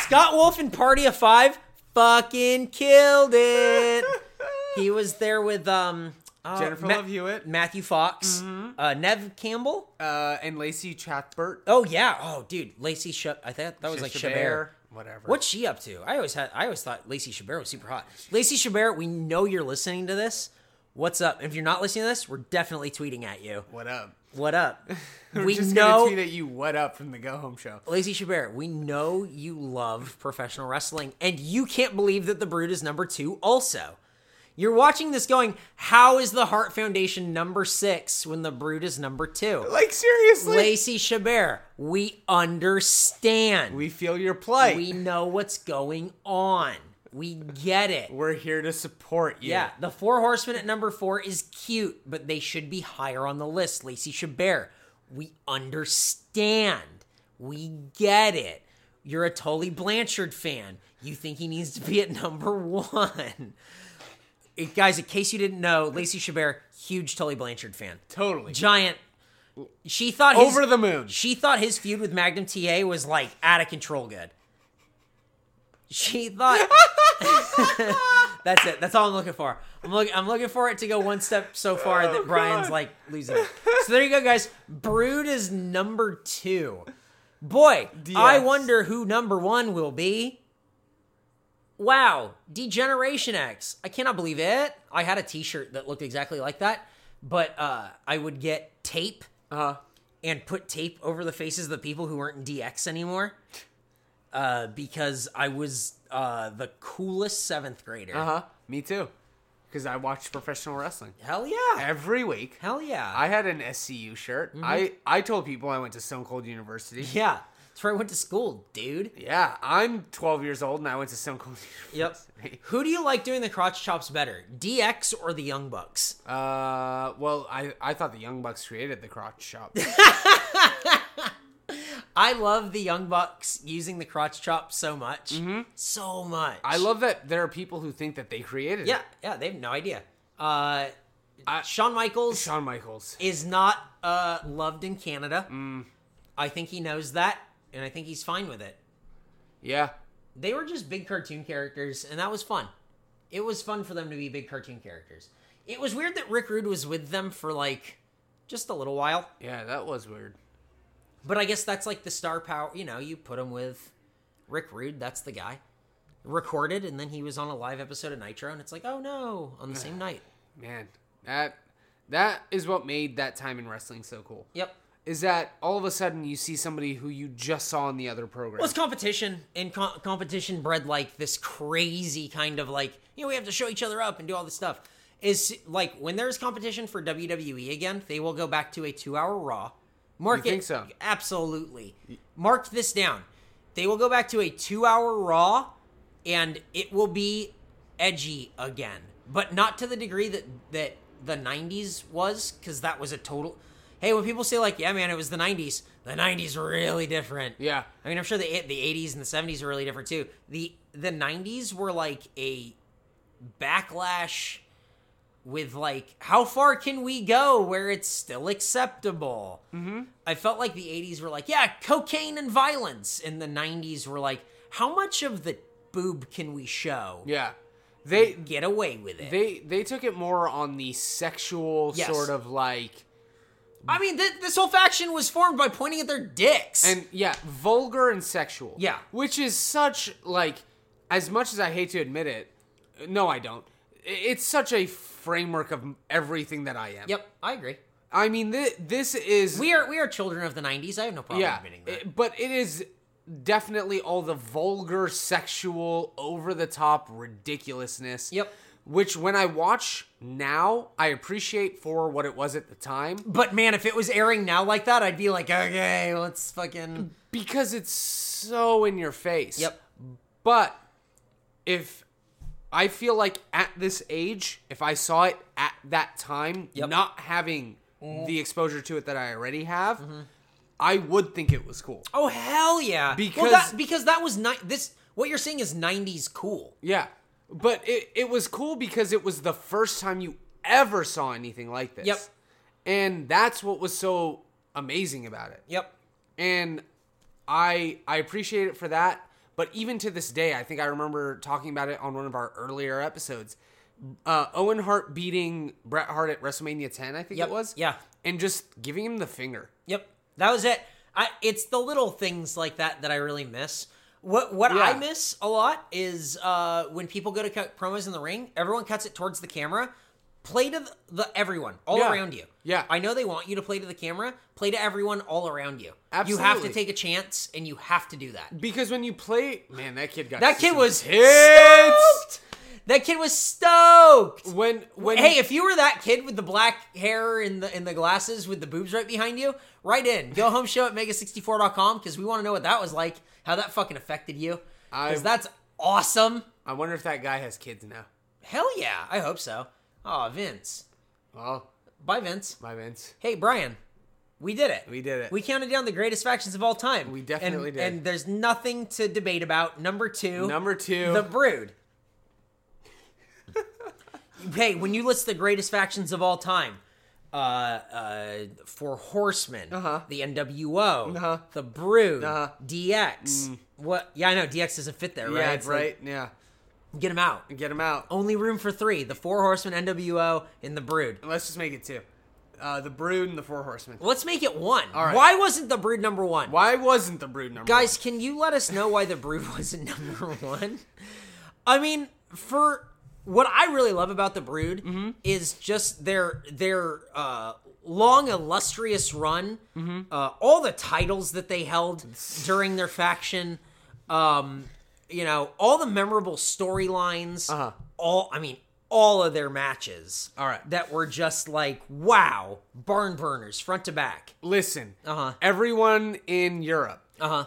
Speaker 2: Scott Wolf and Party of Five fucking killed it.
Speaker 1: [laughs]
Speaker 2: he was there with um uh,
Speaker 1: Jennifer
Speaker 2: Ma-
Speaker 1: Love Hewitt Mm-hmm.
Speaker 2: Matthew Fox, uh, Nev Campbell.
Speaker 1: uh, and Lacey Chatbert.
Speaker 2: Oh yeah. Oh dude, Lacey. Sh- I thought that was like Chabert.
Speaker 1: Whatever.
Speaker 2: What's she up to? I always had. I always thought Lacey Chabert was super hot. Lacey Chabert, we know you're listening to this. What's up? If you're not listening to this, we're definitely tweeting at you.
Speaker 1: What up?
Speaker 2: What up?
Speaker 1: [laughs] We're
Speaker 2: we
Speaker 1: just
Speaker 2: know
Speaker 1: gonna tweet at you. What up from the Go Home Show?
Speaker 2: Lacey Chabert, we know you love professional wrestling, and you can't believe that the Brood is number two, also. You're watching this going, How is the Heart Foundation number six when the Brood is number two?
Speaker 1: Like seriously,
Speaker 2: Lacey Chabert, we understand. We,
Speaker 1: we feel your plight. We-
Speaker 2: know what's going on. We get it.
Speaker 1: are here to support you.
Speaker 2: Yeah, the Four Horsemen at number four is cute, but they should be higher on the list. Lacey Chabert, we understand. We get it. You're a Tully Blanchard fan. You think he needs to be at number one. It- guys, in case you didn't know, Lacey Chabert, huge Tully Blanchard fan.
Speaker 1: totally.
Speaker 2: Giant. She thought his,
Speaker 1: Over the moon.
Speaker 2: she thought his feud with Magnum TA was like out of control good. She thought [laughs] That's it. That's all I'm looking for. I'm look I'm looking for it to go one step so far that Brian's
Speaker 1: God.
Speaker 2: like losing it. So there you go, guys. Brood is number two. Boy, I
Speaker 1: Yes.
Speaker 2: wonder who number one will be. Wow, Degeneration X. I cannot believe it. I had a t-shirt that looked exactly like that, but uh, I would get tape
Speaker 1: Uh,
Speaker 2: and put tape over the faces of the people who weren't in DX anymore. Uh, because I was uh, the coolest seventh grader.
Speaker 1: Uh-huh. uh huh. Me too. because I watch professional wrestling
Speaker 2: Hell yeah.
Speaker 1: every week.
Speaker 2: Hell yeah.
Speaker 1: I had an SCU shirt.
Speaker 2: Mm-hmm.
Speaker 1: I I told people I went to Stone Cold University.
Speaker 2: yeah. That's where I went to school, dude.
Speaker 1: Yeah, I'm 12 years old and I went to Stone Cold [laughs]
Speaker 2: Yep.
Speaker 1: University.
Speaker 2: Who do you like doing the crotch chops better, DX or the Young Bucks?
Speaker 1: Uh, well, I I thought the Young Bucks created the crotch
Speaker 2: [laughs]
Speaker 1: shop.
Speaker 2: I love the Young Bucks using the crotch chop so much. So much.
Speaker 1: Mm-hmm. I love that there are people who think that they created it.
Speaker 2: Yeah, yeah, they have no idea. Uh,
Speaker 1: I-
Speaker 2: Shawn Michaels
Speaker 1: Shawn Michaels.
Speaker 2: is not uh, loved in Canada. I think he knows that, and I think he's fine with it.
Speaker 1: Yeah.
Speaker 2: They were just big cartoon characters, and that was fun. It was fun for them to be big cartoon characters. It was weird that Rick Rude was with them for like just a little while,
Speaker 1: Yeah, that was weird.
Speaker 2: but I guess that's like the star power. You know, you put him with Rick Rude, that's the guy. Recorded, and then he was on a live episode of Nitro, and it's like, oh no, on the same night.
Speaker 1: Man, that that is what made that time in wrestling so cool.
Speaker 2: Yep.
Speaker 1: Is that all of a sudden you see somebody who you just saw in the other program?
Speaker 2: Well, it's competition, and co- competition bred like this crazy kind of like you know we have to show each other up and do all this stuff. Is like when there's competition for WWE again, they will go back to a two-hour Raw. Mark
Speaker 1: You think
Speaker 2: it-
Speaker 1: so?
Speaker 2: Absolutely. Mark this down. They will go back to a two-hour Raw, and it will be edgy again, but not to the degree that that the '90s was, because that was a total. Hey, when people say like, "Yeah, man, it was the '90s," the '90s were really different.
Speaker 1: yeah.
Speaker 2: I mean, I'm sure the the 80s and the 70s are really different too. The the 90s were like a backlash with like how far can we go where it's still acceptable. Mm-hmm. I felt like the 80s were like yeah, cocaine and violence, and the 90s were like how much of the boob can we show?
Speaker 1: Yeah. They
Speaker 2: Get away with it.
Speaker 1: they they took it more on the sexual
Speaker 2: Yes.
Speaker 1: sort of like
Speaker 2: I mean, th- this whole faction was formed by pointing at their dicks.
Speaker 1: and yeah, vulgar and sexual.
Speaker 2: Yeah.
Speaker 1: Which is such like as much as I hate to admit it, no I don't. It's such a framework of everything that I am.
Speaker 2: yep, I agree.
Speaker 1: I mean th- this is
Speaker 2: We are we are children of the 90s. I have no problem
Speaker 1: yeah,
Speaker 2: admitting that.
Speaker 1: it- but it is definitely all the vulgar, sexual, over the top ridiculousness.
Speaker 2: Yep.
Speaker 1: Which when I watch now, I appreciate for what it was at the time
Speaker 2: But man, if it was airing now like that, I'd be like, okay, let's fucking.
Speaker 1: because it's so in your face.
Speaker 2: Yep.
Speaker 1: But if I feel like at this age, if I saw it at that time,
Speaker 2: Yep.
Speaker 1: not having the exposure to it that I already have,
Speaker 2: Mm-hmm.
Speaker 1: I would think it was cool.
Speaker 2: Oh hell yeah!
Speaker 1: Because-
Speaker 2: that, because that was ni- this. What you're saying is '90s cool.
Speaker 1: Yeah. But it, it was cool because it was the first time you ever saw anything like this.
Speaker 2: Yep.
Speaker 1: And that's what was so amazing about it.
Speaker 2: Yep.
Speaker 1: And I I appreciate it for that. But even to this day, I think I remember talking about it on one of our earlier episodes. Uh, Owen Hart beating Bret Hart at WrestleMania 10, I think
Speaker 2: Yep.
Speaker 1: it was.
Speaker 2: Yeah.
Speaker 1: And just giving him the finger.
Speaker 2: Yep. That was it. I. It's the little things like that that I really miss. What what
Speaker 1: Yeah.
Speaker 2: I miss a lot is uh, when people go to cut promos in the ring, everyone cuts it towards the camera. Play to the, the everyone all
Speaker 1: Yeah.
Speaker 2: around you.
Speaker 1: Yeah.
Speaker 2: I know they want you to play to the camera. Play to everyone all around you. You have to
Speaker 1: Absolutely.
Speaker 2: take a chance, and you have to do that.
Speaker 1: Because when you play, man, that kid got
Speaker 2: That kid
Speaker 1: some
Speaker 2: was
Speaker 1: hits.
Speaker 2: stoked. That kid was stoked.
Speaker 1: When when
Speaker 2: Hey, if you were that kid with the black hair and the and the glasses with the boobs right behind you, write in. Go home show at mega64.com because we want to know what that was like, how that fucking affected you.
Speaker 1: I-
Speaker 2: Because that's awesome.
Speaker 1: I wonder if that guy has kids now.
Speaker 2: Hell yeah, I hope so. Oh, Vince.
Speaker 1: Well,
Speaker 2: Bye, Vince.
Speaker 1: my Vince.
Speaker 2: Hey, Brian. We did it.
Speaker 1: We did it.
Speaker 2: We counted down the greatest factions of all time.
Speaker 1: We definitely
Speaker 2: And-
Speaker 1: did.
Speaker 2: And there's nothing to debate about. Number two.
Speaker 1: Number two.
Speaker 2: Oh, The Brood. hey, when you list the greatest factions of all time, uh, uh, Four Horsemen, uh-huh. the NWO, uh-huh. the Brood, uh-huh. DX. What? Yeah, I know DX doesn't fit there, right?
Speaker 1: yeah,
Speaker 2: It's
Speaker 1: right.
Speaker 2: like, Oh.
Speaker 1: yeah,
Speaker 2: get them out.
Speaker 1: get him out.
Speaker 2: Only room for three: the Four Horsemen, NWO, and the Brood.
Speaker 1: Let's just make it two. Uh, the Brood and the Four Horsemen.
Speaker 2: Let's make it one.
Speaker 1: right.
Speaker 2: Why wasn't the Brood number one?
Speaker 1: Why wasn't the Brood number
Speaker 2: Guys, can you let us know why the brood [laughs] wasn't number one? I mean, for what I really love about the brood
Speaker 1: Mm-hmm.
Speaker 2: is just their their uh, long illustrious run,
Speaker 1: Mm-hmm.
Speaker 2: uh, all the titles that they held during their faction, um, you know, all the memorable storylines, all I mean, all of their matches.
Speaker 1: Uh-huh. All right.
Speaker 2: That were just like, wow, barn burners, front to back.
Speaker 1: Listen,
Speaker 2: Uh-huh.
Speaker 1: everyone in Europe,
Speaker 2: Uh huh.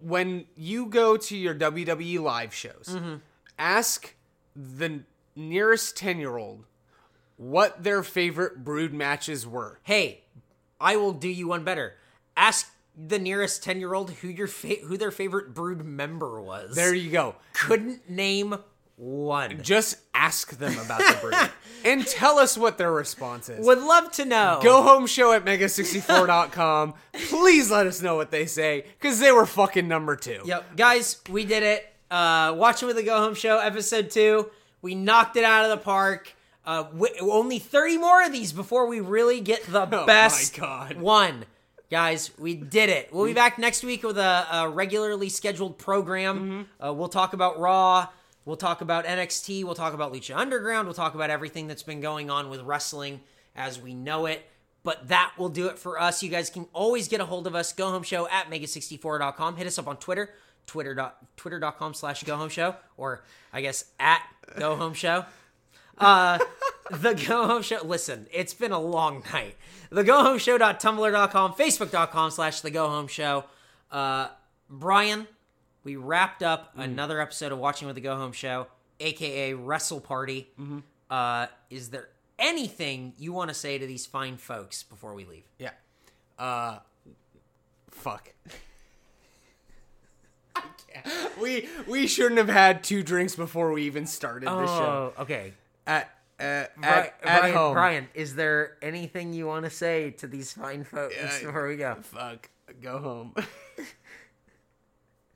Speaker 1: when you go to your WWE live shows, ask the nearest 10 year old what their favorite brood matches were.
Speaker 2: Hey, I will do you one better. Ask the nearest 10 year old who your fa- who their favorite brood member was.
Speaker 1: There you go.
Speaker 2: couldn't name one.
Speaker 1: Just ask them about the brood and tell us what their response is.
Speaker 2: Would love to know.
Speaker 1: Go home show at mega64.com. Please let us know what they say because they were fucking number two.
Speaker 2: Yep, guys, we did it. Uh, watching with the Go Home Show, episode two. We knocked it out of the park. Uh, we, only thirty more of these before we really get
Speaker 1: [laughs]
Speaker 2: the
Speaker 1: Oh my
Speaker 2: best
Speaker 1: God.
Speaker 2: one. Guys, we did it. We'll be back next week with a, a regularly scheduled program.
Speaker 1: Mm-hmm.
Speaker 2: Uh, we'll talk about Raw. We'll talk about NXT. We'll talk about Lucha Underground. We'll talk about everything that's been going on with wrestling as we know it. But that will do it for us. You guys can always get a hold of us, go home show at mega64.com. Hit us up on Twitter, twitter dot twitter.com slash go home show, or I guess at go home show. Uh, the Go Home Show. Listen, it's been a long night. The Go Home Show.tumblr.com, Facebook.com slash The Go Home Show. Uh, Brian, we wrapped
Speaker 1: Mm-hmm.
Speaker 2: up another episode of Watching with The Go Home Show, aka Wrestle Party.
Speaker 1: Mm-hmm.
Speaker 2: Uh, is there anything you want to say to these fine folks before we leave?
Speaker 1: Yeah. Uh, fuck. we we shouldn't have had two drinks before we even started the show.
Speaker 2: okay.
Speaker 1: At at,
Speaker 2: Oh. Bri-
Speaker 1: at, at
Speaker 2: Brian,
Speaker 1: home.
Speaker 2: Brian, is there anything you want to say to these fine folks before we go?
Speaker 1: Fuck. Go home. [laughs]